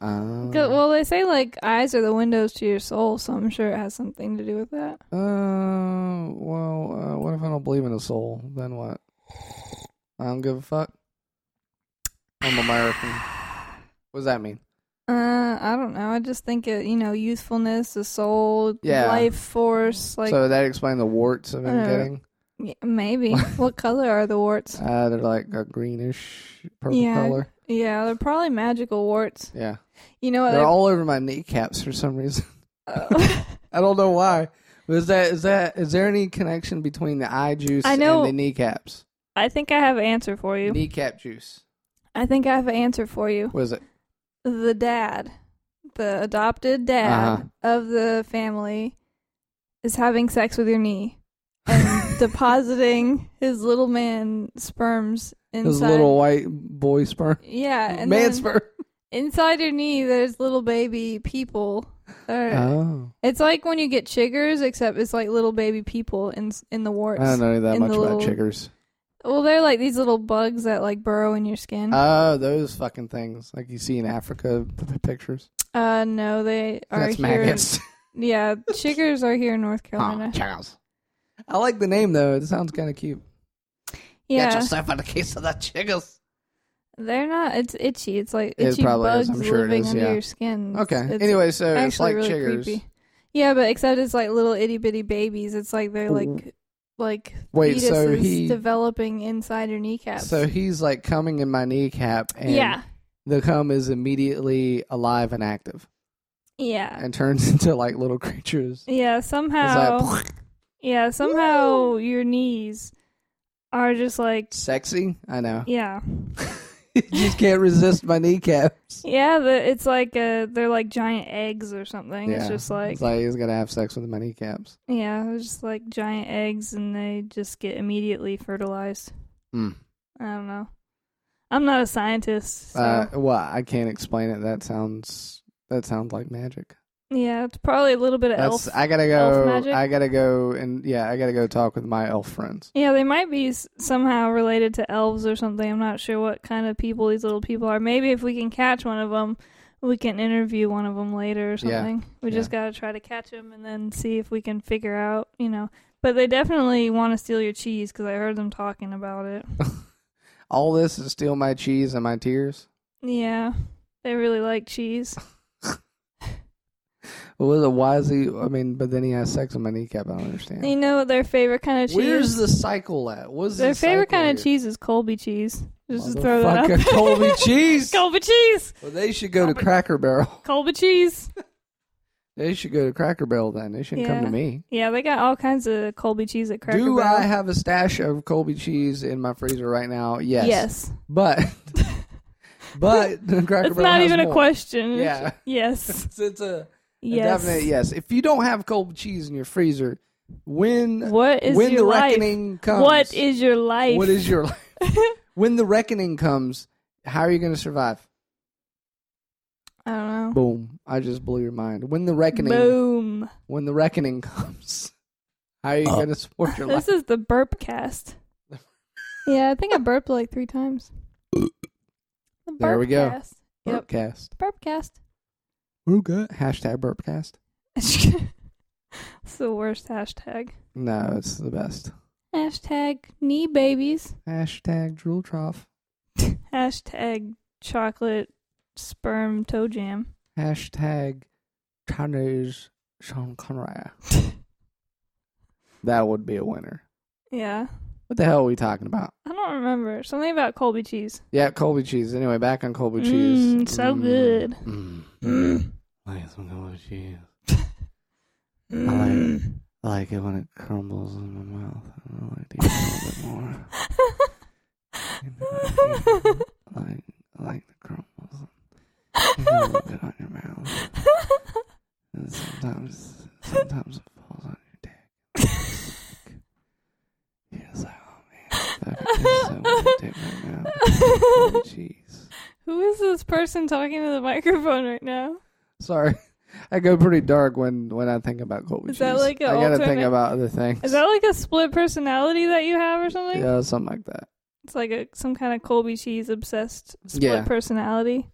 Speaker 2: uh,
Speaker 1: Good- Well, they say like eyes are the windows to your soul, so I'm sure it has something to do with that.
Speaker 2: uh, well, uh, what if I don't believe in a soul? Then what? I don't give a fuck. I'm American. What does that mean?
Speaker 1: Uh, I don't know. I just think it, you know, youthfulness, the soul,
Speaker 2: Yeah.
Speaker 1: life force, like
Speaker 2: so that explain the warts I've been
Speaker 1: Uh,
Speaker 2: getting.
Speaker 1: y- maybe. what color are the warts?
Speaker 2: Uh, they're like a greenish purple
Speaker 1: Yeah.
Speaker 2: color.
Speaker 1: Yeah, they're probably magical warts.
Speaker 2: Yeah,
Speaker 1: You know what?
Speaker 2: they're all over my kneecaps for some reason.
Speaker 1: uh,
Speaker 2: I don't know why. Is that is that is there any connection between the eye juice
Speaker 1: I know-
Speaker 2: and the kneecaps?
Speaker 1: I think I have an answer for you.
Speaker 2: Kneecap juice.
Speaker 1: I think I have an answer for you.
Speaker 2: What is it?
Speaker 1: The dad, the adopted dad
Speaker 2: Uh-huh.
Speaker 1: of the family, is having sex with your knee. and depositing his little man sperms inside.
Speaker 2: Those little white boy sperm.
Speaker 1: yeah, and
Speaker 2: Man
Speaker 1: then
Speaker 2: sperm.
Speaker 1: inside your knee, there's little baby people. Or-
Speaker 2: Oh.
Speaker 1: It's like when you get chiggers, except it's like little baby people in in the warts.
Speaker 2: I don't know that
Speaker 1: in the
Speaker 2: much about
Speaker 1: little-
Speaker 2: chiggers.
Speaker 1: Well, they're like these little bugs that like burrow in your skin. Uh,
Speaker 2: Oh, those fucking things. Like you see in Africa p- p- pictures.
Speaker 1: Uh, no, they are
Speaker 2: That's
Speaker 1: here.
Speaker 2: maggots. Oh,
Speaker 1: Yeah, chiggers are here in North
Speaker 2: Huh,
Speaker 1: Carolina.
Speaker 2: Charles. I like the name though. It sounds kind of cute.
Speaker 1: Yeah,
Speaker 2: yourself a case of the chiggers.
Speaker 1: they're not. It's itchy. It's like
Speaker 2: It
Speaker 1: itchy
Speaker 2: probably is,
Speaker 1: bugs
Speaker 2: I'm sure it
Speaker 1: living
Speaker 2: is,
Speaker 1: under
Speaker 2: yeah.
Speaker 1: your skin. It's-
Speaker 2: Okay.
Speaker 1: it's
Speaker 2: anyway, so it's
Speaker 1: actually
Speaker 2: like
Speaker 1: really
Speaker 2: chiggers.
Speaker 1: creepy. Yeah, but except it's like little itty bitty babies. It's like they're like like
Speaker 2: Wait,
Speaker 1: fetuses
Speaker 2: so he
Speaker 1: developing inside your kneecaps.
Speaker 2: so he's like coming in my kneecap, and
Speaker 1: yeah,
Speaker 2: the cum is immediately alive and active,
Speaker 1: yeah,
Speaker 2: and turns into like little creatures.
Speaker 1: yeah.
Speaker 2: It's
Speaker 1: Somehow,
Speaker 2: like
Speaker 1: yeah, somehow your knees are just like
Speaker 2: sexy. I know.
Speaker 1: yeah,
Speaker 2: you just can't resist my kneecaps.
Speaker 1: yeah. The, it's like uh they're like giant eggs or something. It's
Speaker 2: Yeah.
Speaker 1: just like,
Speaker 2: It's like he's gonna have sex with my kneecaps.
Speaker 1: yeah, it's just like giant eggs, and they just get immediately fertilized.
Speaker 2: Hmm.
Speaker 1: I don't know. I'm not a scientist. So.
Speaker 2: Uh, well, I can't explain it. That sounds that sounds like magic.
Speaker 1: yeah, it's probably a little bit of elf
Speaker 2: That's I gotta
Speaker 1: elf
Speaker 2: go.
Speaker 1: magic?
Speaker 2: I gotta go and yeah, I gotta go talk with my elf friends.
Speaker 1: Yeah, they might be s- somehow related to elves or something. I'm not sure what kind of people these little people are. Maybe if we can catch one of them, we can interview one of them later or
Speaker 2: Yeah,
Speaker 1: something. We just got to try to catch them and then see if we can figure out, you know. But they definitely want to steal your cheese because I heard them talking about it.
Speaker 2: All this is steal my cheese and my tears.
Speaker 1: yeah, they really like cheese.
Speaker 2: What was it? Why is he? I mean, but then he has sex with my kneecap. I don't understand.
Speaker 1: You know what their favorite kind of cheese?
Speaker 2: Where's the cycle at? What's
Speaker 1: their
Speaker 2: the
Speaker 1: favorite
Speaker 2: cycle
Speaker 1: kind of
Speaker 2: here?
Speaker 1: cheese is Colby cheese. Just to throw that
Speaker 2: Motherfucker,
Speaker 1: up.
Speaker 2: Colby cheese.
Speaker 1: Colby cheese.
Speaker 2: Well, they should go to Cracker Barrel.
Speaker 1: Colby cheese.
Speaker 2: They should go to Cracker Barrel then. They shouldn't come
Speaker 1: Yeah.
Speaker 2: to me.
Speaker 1: Yeah, they got all kinds of Colby cheese at Cracker
Speaker 2: Do
Speaker 1: Barrel.
Speaker 2: I have a stash of Colby cheese in my freezer right now? Yes.
Speaker 1: Yes.
Speaker 2: But but Cracker Barrel.
Speaker 1: It's not
Speaker 2: has
Speaker 1: even a
Speaker 2: more.
Speaker 1: question.
Speaker 2: Yeah.
Speaker 1: Yes.
Speaker 2: It's, it's a, a
Speaker 1: Yes.
Speaker 2: definite yes. If you don't have Colby cheese in your freezer, when
Speaker 1: What is
Speaker 2: when
Speaker 1: your
Speaker 2: the
Speaker 1: life?
Speaker 2: reckoning comes,
Speaker 1: What is your life?
Speaker 2: what is your life? when the reckoning comes, how are you going to survive?
Speaker 1: I don't know.
Speaker 2: Boom! I just blew your mind. When the reckoning,
Speaker 1: Boom.
Speaker 2: when the reckoning comes, how are you going to support your life?
Speaker 1: This is the burp cast. yeah, I think I burped like three times. The burp
Speaker 2: There we go.
Speaker 1: Cast. Yep.
Speaker 2: Burpcast.
Speaker 1: Burp cast.
Speaker 2: Okay. Hashtag burpcast.
Speaker 1: it's the worst hashtag.
Speaker 2: No, it's the best.
Speaker 1: Hashtag knee babies.
Speaker 2: Hashtag drool trough.
Speaker 1: Hashtag chocolate sperm toe jam.
Speaker 2: Hashtag Chinese Sean Connery. That would be a winner.
Speaker 1: yeah.
Speaker 2: What the hell are we talking about?
Speaker 1: I don't remember. Something about Colby cheese.
Speaker 2: Yeah, Colby cheese. Anyway, back on Colby
Speaker 1: Mm,
Speaker 2: cheese.
Speaker 1: so good.
Speaker 2: Mm.
Speaker 1: Mm.
Speaker 2: I like some Colby cheese.
Speaker 1: Mm.
Speaker 2: I like it when it crumbles in my mouth. I don't like to eat it a little bit more. I like, I like the crumbles. It's a little bit on your mouth. And sometimes, sometimes it falls on your dick. You're just like, oh man, if I could just suck my dick right now. Oh, Jeez.
Speaker 1: Who is this person talking to the microphone right now?
Speaker 2: Sorry. I go pretty dark when, when I think about Colby
Speaker 1: Is that
Speaker 2: cheese.
Speaker 1: like an
Speaker 2: I gotta think
Speaker 1: alternate-
Speaker 2: about other things.
Speaker 1: Is that like a split personality that you have or something?
Speaker 2: yeah, something like that.
Speaker 1: It's like a some kind of Colby cheese obsessed split
Speaker 2: Yeah.
Speaker 1: personality.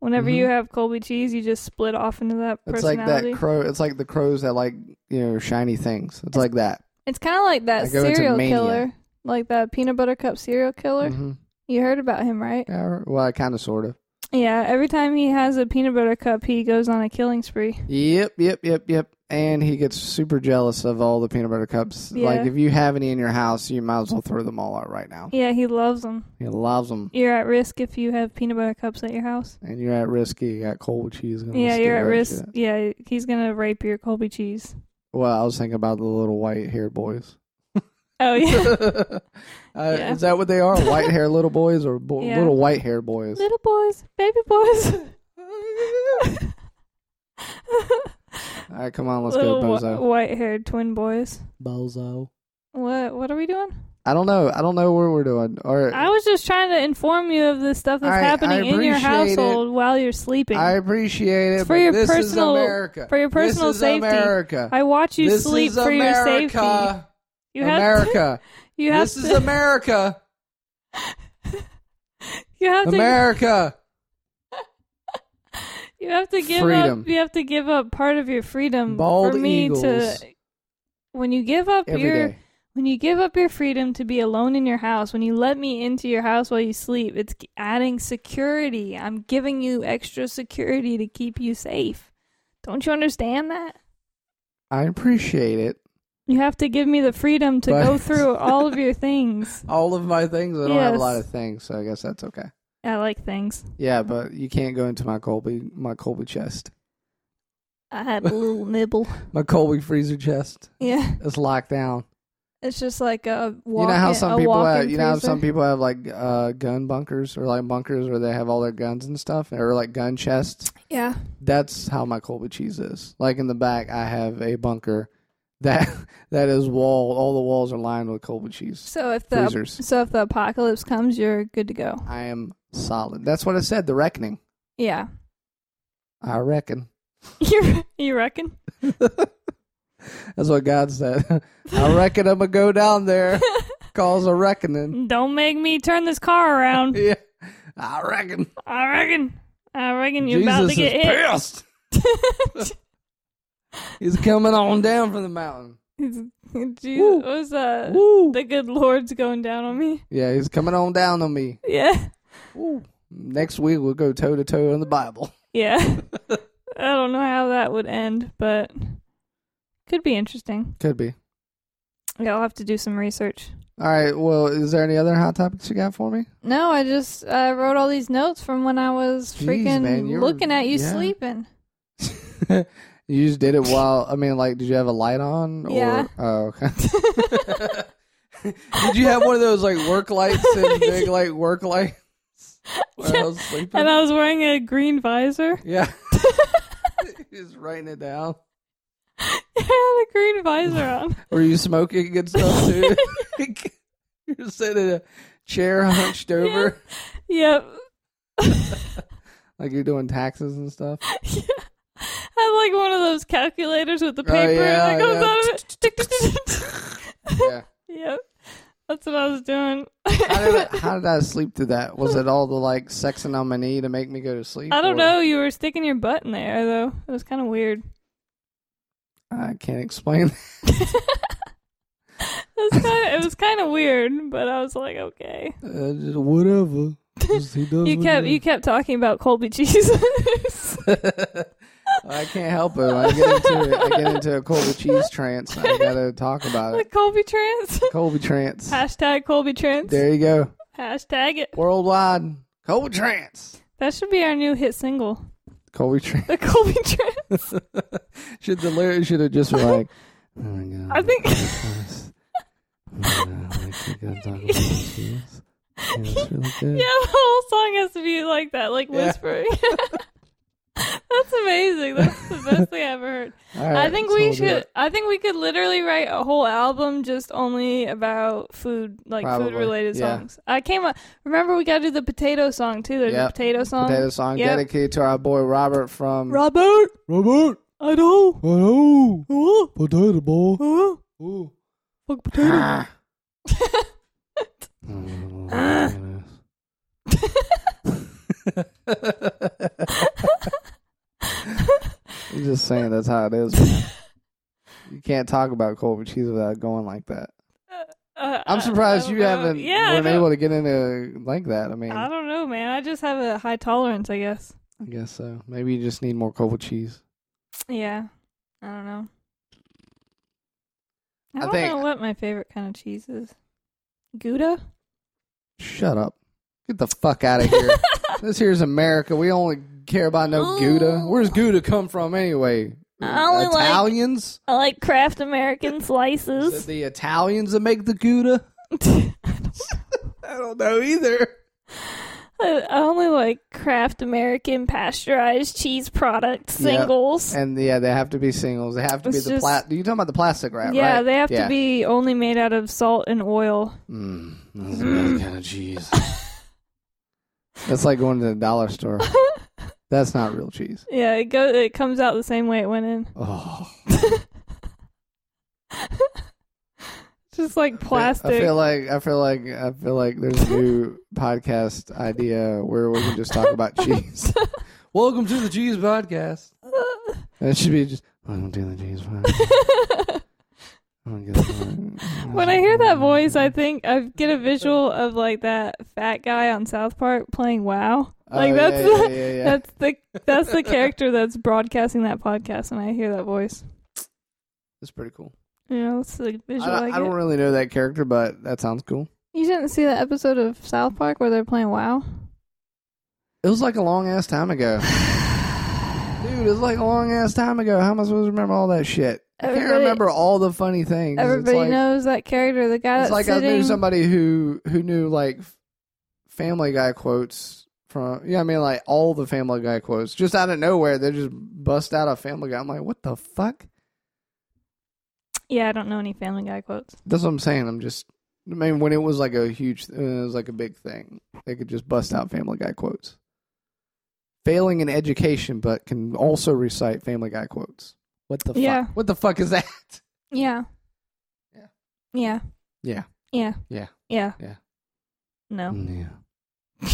Speaker 1: Whenever
Speaker 2: Mhm.
Speaker 1: you have Colby cheese, you just split off into that
Speaker 2: It's like
Speaker 1: personality.
Speaker 2: that crow. It's like the crows that like you know shiny things. It's, like that.
Speaker 1: it's kind of like
Speaker 2: I
Speaker 1: that
Speaker 2: go into
Speaker 1: serial
Speaker 2: mania.
Speaker 1: killer, like that peanut butter cup serial killer.
Speaker 2: Mhm.
Speaker 1: You heard about him, right?
Speaker 2: Yeah, or- well, I kind of sort of.
Speaker 1: Yeah. Every time he has a peanut butter cup, he goes on a killing spree.
Speaker 2: Yep, yep, yep, yep. And he gets super jealous of all the peanut butter cups.
Speaker 1: Yeah.
Speaker 2: Like if you have any in your house, you might as well throw them all out right now.
Speaker 1: Yeah, he loves them.
Speaker 2: He loves them,
Speaker 1: You're at risk if you have peanut butter cups at your house.
Speaker 2: and you're at risk. You got cold cheese. Gonna
Speaker 1: yeah,
Speaker 2: steal
Speaker 1: you're at
Speaker 2: that
Speaker 1: risk.
Speaker 2: shit.
Speaker 1: Yeah, he's gonna rape your Colby cheese.
Speaker 2: Well, I was thinking about the little white haired boys.
Speaker 1: Oh yeah,
Speaker 2: uh,
Speaker 1: Yeah.
Speaker 2: Is that what they are? White hair little boys or bo-
Speaker 1: Yeah.
Speaker 2: little white hair boys?
Speaker 1: little boys, baby boys.
Speaker 2: All right, come on, let's
Speaker 1: little
Speaker 2: go, bozo.
Speaker 1: white haired twin boys.
Speaker 2: bozo.
Speaker 1: What? What are we doing?
Speaker 2: I don't know. I don't know where we're doing. Or
Speaker 1: I was just trying to inform you of the stuff that's
Speaker 2: Uh, I- I
Speaker 1: happening in your
Speaker 2: appreciate
Speaker 1: household while you're sleeping.
Speaker 2: I appreciate it.
Speaker 1: It's for
Speaker 2: but
Speaker 1: your
Speaker 2: this
Speaker 1: personal-
Speaker 2: is America.
Speaker 1: for your personal
Speaker 2: this is
Speaker 1: safety.
Speaker 2: America.
Speaker 1: I watch you
Speaker 2: this
Speaker 1: sleep
Speaker 2: is
Speaker 1: for your
Speaker 2: America.
Speaker 1: safety. You have To,
Speaker 2: America.
Speaker 1: you have
Speaker 2: this
Speaker 1: to.
Speaker 2: is America.
Speaker 1: you have to.
Speaker 2: America.
Speaker 1: You have to give
Speaker 2: Freedom.
Speaker 1: up. You have to give up part of your freedom
Speaker 2: Bald
Speaker 1: for me
Speaker 2: eagles.
Speaker 1: to. When you give up
Speaker 2: Every
Speaker 1: your
Speaker 2: day.
Speaker 1: When you give up your freedom to be alone in your house, when you let me into your house while you sleep, it's g- adding security. I'm giving you extra security to keep you safe. Don't you understand that?
Speaker 2: I appreciate it.
Speaker 1: You have to give me the freedom to go
Speaker 2: Right.
Speaker 1: through all of your things.
Speaker 2: All of my things. I don't have a lot
Speaker 1: Yes.
Speaker 2: of things, so I guess that's okay.
Speaker 1: I like things.
Speaker 2: Yeah, but you can't go into my Colby my Colby chest.
Speaker 1: I had a little nibble.
Speaker 2: My Colby freezer chest
Speaker 1: Yeah,
Speaker 2: is locked down.
Speaker 1: it's just like a walk.
Speaker 2: you know how
Speaker 1: in-
Speaker 2: some
Speaker 1: a
Speaker 2: people
Speaker 1: walk-in
Speaker 2: have you know how
Speaker 1: freezer.
Speaker 2: some people have like uh, gun bunkers or like bunkers where they have all their guns and stuff or like gun chests.
Speaker 1: Yeah,
Speaker 2: That's how my Colby cheese is. Like in the back, I have a bunker that that is walled. All the walls are lined with Colby cheese
Speaker 1: so if the
Speaker 2: freezers.
Speaker 1: so if the apocalypse comes, you're good to go.
Speaker 2: I am solid. That's what I said. The reckoning.
Speaker 1: Yeah,
Speaker 2: I reckon.
Speaker 1: you you reckon?
Speaker 2: That's what God said. I reckon I'm gonna go down there, cause a reckoning.
Speaker 1: Don't make me turn this car around.
Speaker 2: Yeah, I reckon.
Speaker 1: I reckon. I reckon you're
Speaker 2: Jesus
Speaker 1: about to
Speaker 2: is
Speaker 1: get hit.
Speaker 2: pissed. He's coming on down from the mountain.
Speaker 1: Jesus,
Speaker 2: Woo.
Speaker 1: what was that?
Speaker 2: Woo!
Speaker 1: The good Lord's going down on me.
Speaker 2: Yeah, he's coming on down on me.
Speaker 1: Yeah,
Speaker 2: Woo. Next week we'll go toe to toe on the Bible.
Speaker 1: yeah. I don't know how that would end, but could be interesting.
Speaker 2: Could be.
Speaker 1: Yeah, I'll have to do some research.
Speaker 2: All right. Well, is there any other hot topics you got for me?
Speaker 1: No, I just uh, wrote all these notes from when I was
Speaker 2: Jeez,
Speaker 1: freaking
Speaker 2: man, you were-
Speaker 1: looking at you
Speaker 2: yeah.
Speaker 1: sleeping.
Speaker 2: you just did it while I mean, like, did you have a light on? Or,
Speaker 1: Yeah.
Speaker 2: Oh, okay. did you have one of those like work lights and big like work light? While I was sleeping.
Speaker 1: And I was wearing a green visor.
Speaker 2: Yeah. Just writing it down.
Speaker 1: I had a green visor on.
Speaker 2: Were you smoking and stuff too? You're sitting in a chair hunched over,
Speaker 1: Yep.
Speaker 2: like you're doing taxes and stuff.
Speaker 1: I had like one of those calculators with the
Speaker 2: Oh,
Speaker 1: paper
Speaker 2: yeah,
Speaker 1: that comes
Speaker 2: yeah.
Speaker 1: out of it.
Speaker 2: Yeah.
Speaker 1: yep. That's what I was doing.
Speaker 2: How did I, how did I sleep through that? Was it all the like sexing on my knee to make me go to sleep?
Speaker 1: I don't
Speaker 2: or-
Speaker 1: know. You were sticking your butt in there, though. It was kind of weird.
Speaker 2: I can't explain.
Speaker 1: It was kinda, it was kind of weird, but I was like, okay.
Speaker 2: Uh, just whatever. Just he does
Speaker 1: You
Speaker 2: what
Speaker 1: kept
Speaker 2: he
Speaker 1: you kept talking about Colby cheese.
Speaker 2: does. I can't help it. I get into it. I get into a Colby cheese trance. I gotta talk about
Speaker 1: the
Speaker 2: it.
Speaker 1: Colby trance.
Speaker 2: Colby trance.
Speaker 1: Hashtag Colby Trance.
Speaker 2: There you go.
Speaker 1: Hashtag it.
Speaker 2: Worldwide. Colby trance.
Speaker 1: That should be our new hit single.
Speaker 2: Colby trance.
Speaker 1: The Colby Trance.
Speaker 2: should the lyrics should have just been like, oh my god,
Speaker 1: I think-
Speaker 2: Yes. Oh my God, I keep gonna talk about this. Yes. Yeah, that's really
Speaker 1: Yeah,
Speaker 2: good.
Speaker 1: the whole song has to be like that, like
Speaker 2: Mm. Yeah.
Speaker 1: whispering. That's amazing. That's the best thing I ever heard.
Speaker 2: All right,
Speaker 1: I think
Speaker 2: so
Speaker 1: we
Speaker 2: we'll do
Speaker 1: should.
Speaker 2: it.
Speaker 1: I think we could literally write a whole album just only about food, like
Speaker 2: Probably,
Speaker 1: food related
Speaker 2: yeah.
Speaker 1: songs. I came up. Remember, we got to do the potato song too. There's
Speaker 2: Yep.
Speaker 1: a potato song.
Speaker 2: Potato song
Speaker 1: um, Yep.
Speaker 2: dedicated to our boy Robert from
Speaker 1: Robert,
Speaker 2: Robert.
Speaker 1: I know.
Speaker 2: Hello,
Speaker 1: Oh,
Speaker 2: potato boy.
Speaker 1: oh,
Speaker 2: Ooh.
Speaker 1: fuck potato.
Speaker 2: Ah. You're just saying that's how it is. man. you can't talk about Colby cheese without going like that.
Speaker 1: Uh,
Speaker 2: I'm
Speaker 1: I-
Speaker 2: surprised
Speaker 1: I
Speaker 2: you
Speaker 1: don't know. Uh,
Speaker 2: haven't
Speaker 1: Yeah, I
Speaker 2: been
Speaker 1: don't-
Speaker 2: able to get into like that. I mean,
Speaker 1: I
Speaker 2: I
Speaker 1: don't know, man. I just have a high tolerance, I guess.
Speaker 2: guess so. Maybe you just need more Colby cheese.
Speaker 1: Yeah. I don't know. I,
Speaker 2: I
Speaker 1: don't
Speaker 2: think-
Speaker 1: know what my favorite kind of cheese is. Gouda?
Speaker 2: Shut up. Get the fuck out of here. this here's America. We only care about no Gouda. Where's Gouda come from anyway?
Speaker 1: Oh. I only like-
Speaker 2: Italians?
Speaker 1: I like Kraft American
Speaker 2: Is it
Speaker 1: slices.
Speaker 2: the Italians that make the Gouda?
Speaker 1: I
Speaker 2: I don't know either.
Speaker 1: I only like Kraft American pasteurized cheese products
Speaker 2: Yeah.
Speaker 1: singles.
Speaker 2: And yeah, they have to be singles. They have to
Speaker 1: It's
Speaker 2: be the
Speaker 1: just-
Speaker 2: plat. You talking about the plastic wrap?
Speaker 1: yeah,
Speaker 2: right?
Speaker 1: they have
Speaker 2: Yeah.
Speaker 1: to be only made out of salt and oil.
Speaker 2: Mm, that's the best kind of cheese. That's like going to the dollar store. That's not real cheese.
Speaker 1: Yeah, it go it comes out the same way it went in.
Speaker 2: Oh,
Speaker 1: Just like plastic.
Speaker 2: I feel like I feel like I feel like there's a new podcast idea where we can just talk about cheese. Welcome to the cheese podcast. And it should be just welcome to the cheese podcast. Oh, my God.
Speaker 1: When I hear that voice, I think I get a visual of like that fat guy on South Park playing WoW.
Speaker 2: Oh,
Speaker 1: Like
Speaker 2: yeah,
Speaker 1: that's
Speaker 2: yeah,
Speaker 1: the,
Speaker 2: yeah, yeah, yeah.
Speaker 1: that's the that's the character that's broadcasting that podcast, and I hear that voice.
Speaker 2: That's pretty cool.
Speaker 1: You know, it's the
Speaker 2: I,
Speaker 1: visual. I,
Speaker 2: I
Speaker 1: get.
Speaker 2: don't really know that character, but that sounds cool.
Speaker 1: you didn't see that episode of South Park where they're playing WoW.
Speaker 2: It was like a long ass time ago. Dude, it was like a long ass time ago. How am I supposed to remember all that shit? I can't
Speaker 1: Everybody-
Speaker 2: remember all the funny things. It's
Speaker 1: Everybody
Speaker 2: like-
Speaker 1: knows that character. The guy
Speaker 2: It's
Speaker 1: that's
Speaker 2: like I
Speaker 1: sitting.
Speaker 2: knew somebody who who knew like f- Family Guy quotes from yeah, I mean like all the Family Guy quotes just out of nowhere. They just bust out a Family Guy. I'm like, what the fuck?
Speaker 1: yeah, I don't know any Family Guy quotes.
Speaker 2: That's what I'm saying. I'm just I mean when it was like a huge, when it was like a big thing. They could just bust out Family Guy quotes. Failing in education, but can also recite Family Guy quotes. What the
Speaker 1: Yeah.
Speaker 2: fuck? What the fuck is that?
Speaker 1: Yeah.
Speaker 2: Yeah.
Speaker 1: Yeah.
Speaker 2: Yeah.
Speaker 1: Yeah.
Speaker 2: Yeah.
Speaker 1: Yeah.
Speaker 2: Yeah.
Speaker 1: No.
Speaker 2: Yeah.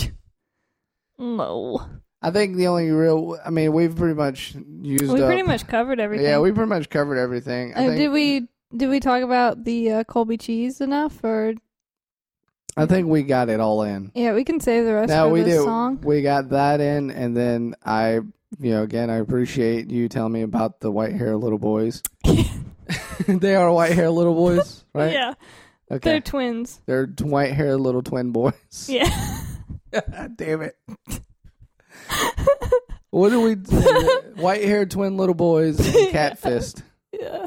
Speaker 2: Mm.
Speaker 1: No.
Speaker 2: I think the only real, I mean, we've pretty much used.
Speaker 1: We pretty
Speaker 2: up-
Speaker 1: much covered everything.
Speaker 2: Yeah, we pretty much covered everything. I
Speaker 1: Uh,
Speaker 2: think,
Speaker 1: did we did we talk about the uh, Colby cheese enough or
Speaker 2: I think we got it all in.
Speaker 1: yeah we can save the rest
Speaker 2: No,
Speaker 1: for
Speaker 2: we
Speaker 1: this
Speaker 2: do.
Speaker 1: song.
Speaker 2: We got that in, and then I, you know, again, I appreciate you telling me about the white hair little boys. they are white hair little boys, right?
Speaker 1: Yeah, they're
Speaker 2: Okay.
Speaker 1: twins.
Speaker 2: They're, t- white hair little twin boys.
Speaker 1: Yeah,
Speaker 2: Damn it. What do we? white hair twin little boys and cat fist.
Speaker 1: yeah.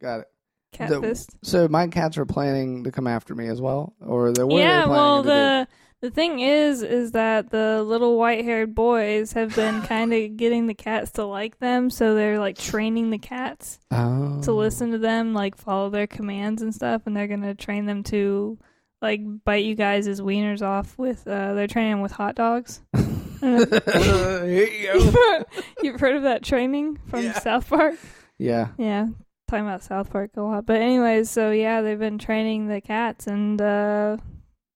Speaker 2: Got it.
Speaker 1: Cat
Speaker 2: The-
Speaker 1: fist.
Speaker 2: So my cats are planning to come after me as well, or the what are they
Speaker 1: yeah.
Speaker 2: planning
Speaker 1: Well,
Speaker 2: to do?
Speaker 1: the the thing is, is that the little white haired boys have been kind of getting the cats to like them, so they're like training the cats
Speaker 2: Oh.
Speaker 1: to listen to them, like follow their commands and stuff, and they're gonna train them to like bite you guys' wieners off with. Uh, they're training them with hot dogs.
Speaker 2: Here you
Speaker 1: You've
Speaker 2: go.
Speaker 1: heard- You've heard of that training from
Speaker 2: Yeah.
Speaker 1: South Park?
Speaker 2: Yeah.
Speaker 1: Yeah, talking about South Park a lot. But anyways, so yeah, they've been training the cats, and uh,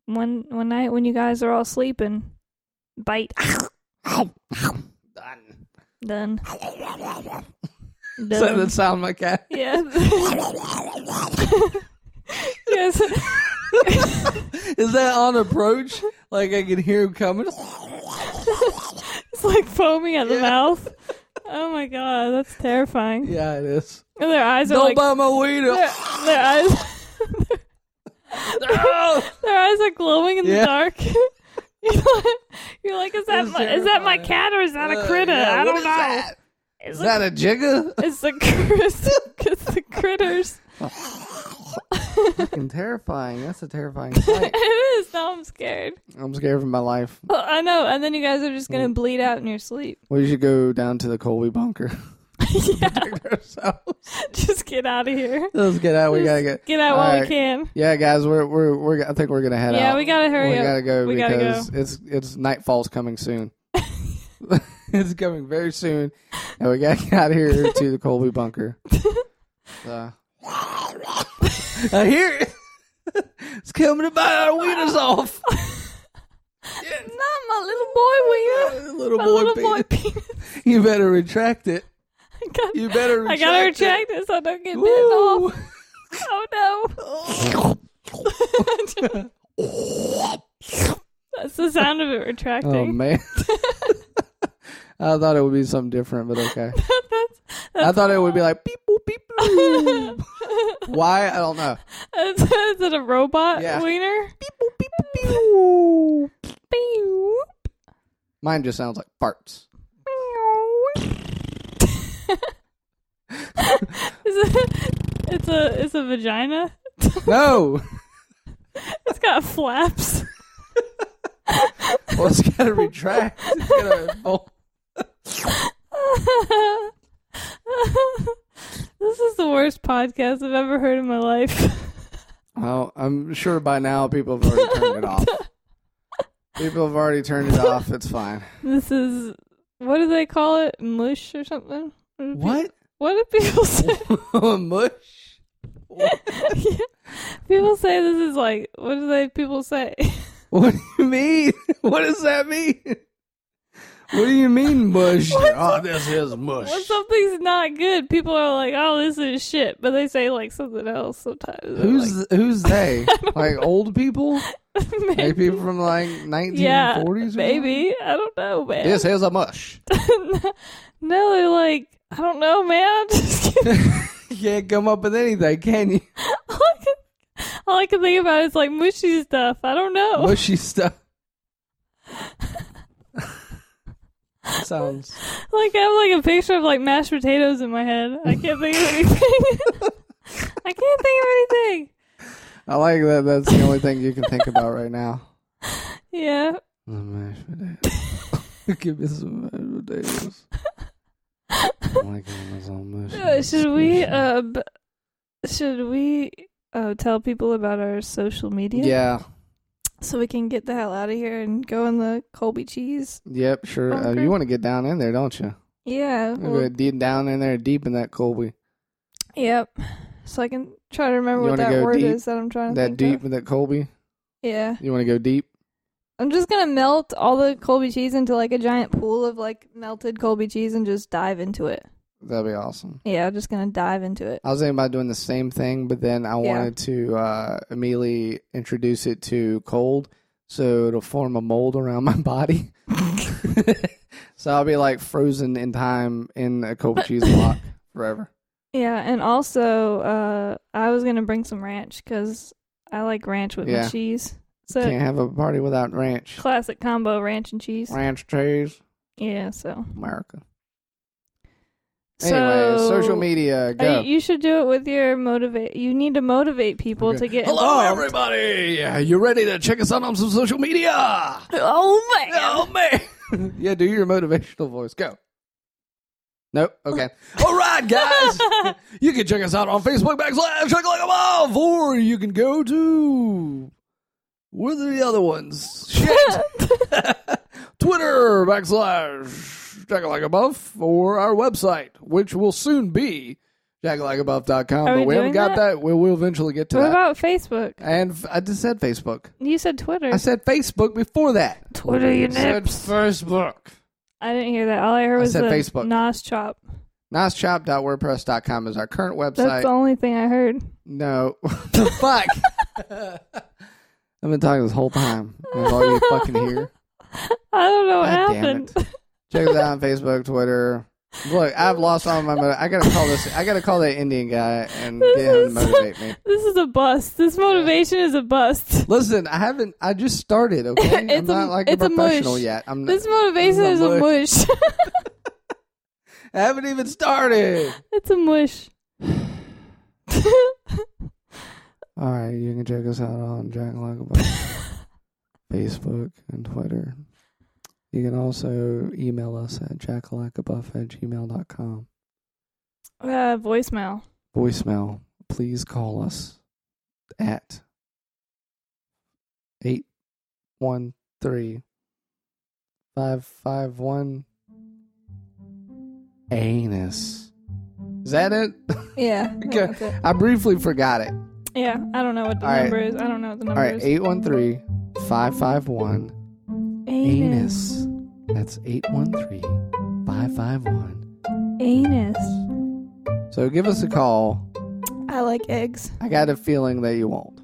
Speaker 1: one one night when you guys are all sleeping, bite. Done.
Speaker 2: Is that
Speaker 1: Done.
Speaker 2: the sound my cat?
Speaker 1: yeah. yes.
Speaker 2: Is that on approach? Like I can hear him coming.
Speaker 1: It's like foaming at the
Speaker 2: Yeah.
Speaker 1: mouth. Oh my god, that's terrifying.
Speaker 2: Yeah, it is.
Speaker 1: And their eyes are
Speaker 2: Don't
Speaker 1: like
Speaker 2: buy my weed.
Speaker 1: their, their eyes
Speaker 2: Oh.
Speaker 1: Their eyes are glowing in
Speaker 2: Yeah.
Speaker 1: the dark. You're like- You're like, is that
Speaker 2: It's
Speaker 1: my, is that my
Speaker 2: terrifying. Uh,
Speaker 1: cat or is that a critter? I don't know. It's
Speaker 2: Is
Speaker 1: a,
Speaker 2: that a jigger?
Speaker 1: it's the critter. It's the critters.
Speaker 2: Fucking terrifying. That's a terrifying sight.
Speaker 1: It is. Now I'm scared.
Speaker 2: I'm scared for my life.
Speaker 1: Well, I know. And then you guys are just gonna bleed out in your sleep.
Speaker 2: We should go down to the Colby bunker.
Speaker 1: yeah.
Speaker 2: Protect ourselves.
Speaker 1: Just get out of here.
Speaker 2: Let's get out. We gotta
Speaker 1: Just
Speaker 2: get.
Speaker 1: get out while
Speaker 2: Alright.
Speaker 1: we can.
Speaker 2: Yeah, guys, we're we're, we're I think we're gonna head out.
Speaker 1: Yeah, we gotta hurry
Speaker 2: we
Speaker 1: up.
Speaker 2: gotta go
Speaker 1: We gotta
Speaker 2: because it's it's nightfall's coming soon. it's coming very soon, and we gotta get out here to the Colby bunker. So. I hear it. it's coming to bite our wieners off.
Speaker 1: Not my little boy wiener.
Speaker 2: little
Speaker 1: My
Speaker 2: boy,
Speaker 1: little boy
Speaker 2: penis.
Speaker 1: penis.
Speaker 2: you better retract it.
Speaker 1: I got-
Speaker 2: You better.
Speaker 1: I
Speaker 2: Retract
Speaker 1: gotta
Speaker 2: it.
Speaker 1: retract this. I don't get bitten
Speaker 2: Woo.
Speaker 1: off. Oh no. That's the sound of it retracting.
Speaker 2: Oh man. I thought it would be something different, but okay. I thought it would be like beep boop beep boop. Why? I don't know.
Speaker 1: is, is it a robot
Speaker 2: Yeah.
Speaker 1: wiener?
Speaker 2: Beep boop beep boop.
Speaker 1: Beep.
Speaker 2: Mine just sounds like farts.
Speaker 1: is it, it's a it's a vagina.
Speaker 2: No.
Speaker 1: It's got flaps.
Speaker 2: Well, it's gotta retract. It's gotta fold.
Speaker 1: this is the worst podcast I've ever heard in my life.
Speaker 2: Well, I'm sure by now people have already turned it off. People have already turned it off. It's fine.
Speaker 1: This is what do they call it? Mush or something? do pe-
Speaker 2: What?
Speaker 1: What do people say?
Speaker 2: Mush.
Speaker 1: people say this is like what do they people say?
Speaker 2: What do you mean? What does that mean? What do you mean mush? oh, this is mush.
Speaker 1: When something's not good, people are like, "Oh, this is shit," but they say like something else sometimes. They're
Speaker 2: Who's
Speaker 1: like,
Speaker 2: th- who's they? like old people? Like
Speaker 1: maybe,
Speaker 2: people from like 1940s?
Speaker 1: yeah,
Speaker 2: or something?
Speaker 1: maybe I don't know, man.
Speaker 2: This is a mush.
Speaker 1: no, they're like, I don't know, man. I'm just kidding.
Speaker 2: You can't come up with anything, can you?
Speaker 1: all, I can, all I can think about is like mushy stuff. I don't know.
Speaker 2: Mushy stuff. Sounds.
Speaker 1: Like I have like a picture of like mashed potatoes in my head. I can't think of anything. I can't think of anything.
Speaker 2: I like that. That's the only thing you can think about right now.
Speaker 1: Yeah.
Speaker 2: The mashed potatoes. Give me some mashed potatoes. I'm liking them as all mashed
Speaker 1: Uh, Should we
Speaker 2: potatoes.
Speaker 1: uh b- should we uh tell people about our social media?
Speaker 2: Yeah.
Speaker 1: So we can get the hell out of here and go in the Colby cheese.
Speaker 2: Yep. Sure. Uh,
Speaker 1: Okay.
Speaker 2: you want to get down in there, don't you?
Speaker 1: Yeah.
Speaker 2: You
Speaker 1: well,
Speaker 2: wanna get down in there, deep in that Colby,
Speaker 1: Yep. So I can try to remember
Speaker 2: You
Speaker 1: what
Speaker 2: wanna
Speaker 1: that
Speaker 2: go
Speaker 1: word
Speaker 2: deep?
Speaker 1: is that I'm trying to
Speaker 2: that
Speaker 1: think
Speaker 2: deep
Speaker 1: of.
Speaker 2: in that Colby.
Speaker 1: Yeah.
Speaker 2: You want to go deep?
Speaker 1: I'm just gonna melt all the Colby cheese into like a giant pool of like melted Colby cheese and just dive into it.
Speaker 2: That'd be awesome.
Speaker 1: Yeah, I'm just gonna dive into it.
Speaker 2: I was thinking about doing the same thing, but then I wanted to uh, immediately introduce it to cold, so it'll form a mold around my body. so I'll be like frozen in time in a Colby cheese block forever.
Speaker 1: Yeah, and also uh I was gonna bring some ranch because I like ranch with
Speaker 2: Yeah.
Speaker 1: my cheese. So
Speaker 2: Can't have a party without ranch.
Speaker 1: classic combo ranch and cheese.
Speaker 2: Ranch cheese,
Speaker 1: Yeah, so
Speaker 2: America. Anyway,
Speaker 1: so,
Speaker 2: social media.
Speaker 1: uh,
Speaker 2: Go.
Speaker 1: you, you should do it with your motivate. You need to motivate people to get
Speaker 2: Hello,
Speaker 1: involved.
Speaker 2: everybody. You ready to check us out on some social media?
Speaker 1: Oh man!
Speaker 2: Oh man. yeah, do your motivational voice. Go. Nope. Okay. All right, guys. you can check us out on Facebook backslash check like a mob, or you can go to where are the other ones? Shit. Twitter backslash check like a buff or our website, which will soon be jackalikeabuff.com.
Speaker 1: Are
Speaker 2: But
Speaker 1: we
Speaker 2: we haven't
Speaker 1: doing
Speaker 2: got
Speaker 1: that?
Speaker 2: that. We will eventually get to
Speaker 1: what
Speaker 2: that.
Speaker 1: about Facebook?
Speaker 2: and f- I just said Facebook.
Speaker 1: You said Twitter.
Speaker 2: I said Facebook before that.
Speaker 1: Twitter, you
Speaker 2: said
Speaker 1: nips.
Speaker 2: Facebook.
Speaker 1: I didn't hear that. All I heard was
Speaker 2: said
Speaker 1: the
Speaker 2: Facebook.
Speaker 1: Nas chop.
Speaker 2: NiceChop.wordpress.com is our current
Speaker 1: That's
Speaker 2: website.
Speaker 1: the only thing I heard.
Speaker 2: no. the fuck? I've been talking this whole time. That's all you fucking hear.
Speaker 1: I don't know what
Speaker 2: God damn
Speaker 1: happened.
Speaker 2: Check us out on Facebook, Twitter. Look, I've lost all my motiv- I gotta call this I gotta call that Indian guy and get him to motivate me.
Speaker 1: This is a bust. This motivation is a bust.
Speaker 2: Listen, I haven't I just started, okay? I'm
Speaker 1: It's a-
Speaker 2: not like a
Speaker 1: it's a mush.
Speaker 2: professional yet. I'm not,
Speaker 1: This motivation
Speaker 2: This
Speaker 1: is
Speaker 2: is
Speaker 1: a
Speaker 2: a
Speaker 1: mush.
Speaker 2: I haven't even started.
Speaker 1: it's a mush.
Speaker 2: All right, you can check us out on Jack Lagabout, Facebook, and Twitter. You can also email us at jackalackabuff at gmail.com.
Speaker 1: uh, voicemail.
Speaker 2: Voicemail, please call us at 813 551 anus. Is that it?
Speaker 1: Yeah. I think
Speaker 2: Okay.
Speaker 1: that's it.
Speaker 2: I briefly forgot it.
Speaker 1: Yeah. I don't know what the
Speaker 2: All right.
Speaker 1: number is. I don't know what the
Speaker 2: All
Speaker 1: number
Speaker 2: right,
Speaker 1: is.
Speaker 2: 813 551 Anus. That's 813 551.
Speaker 1: Anus.
Speaker 2: So give us a call.
Speaker 1: I like eggs.
Speaker 2: I got a feeling that you won't.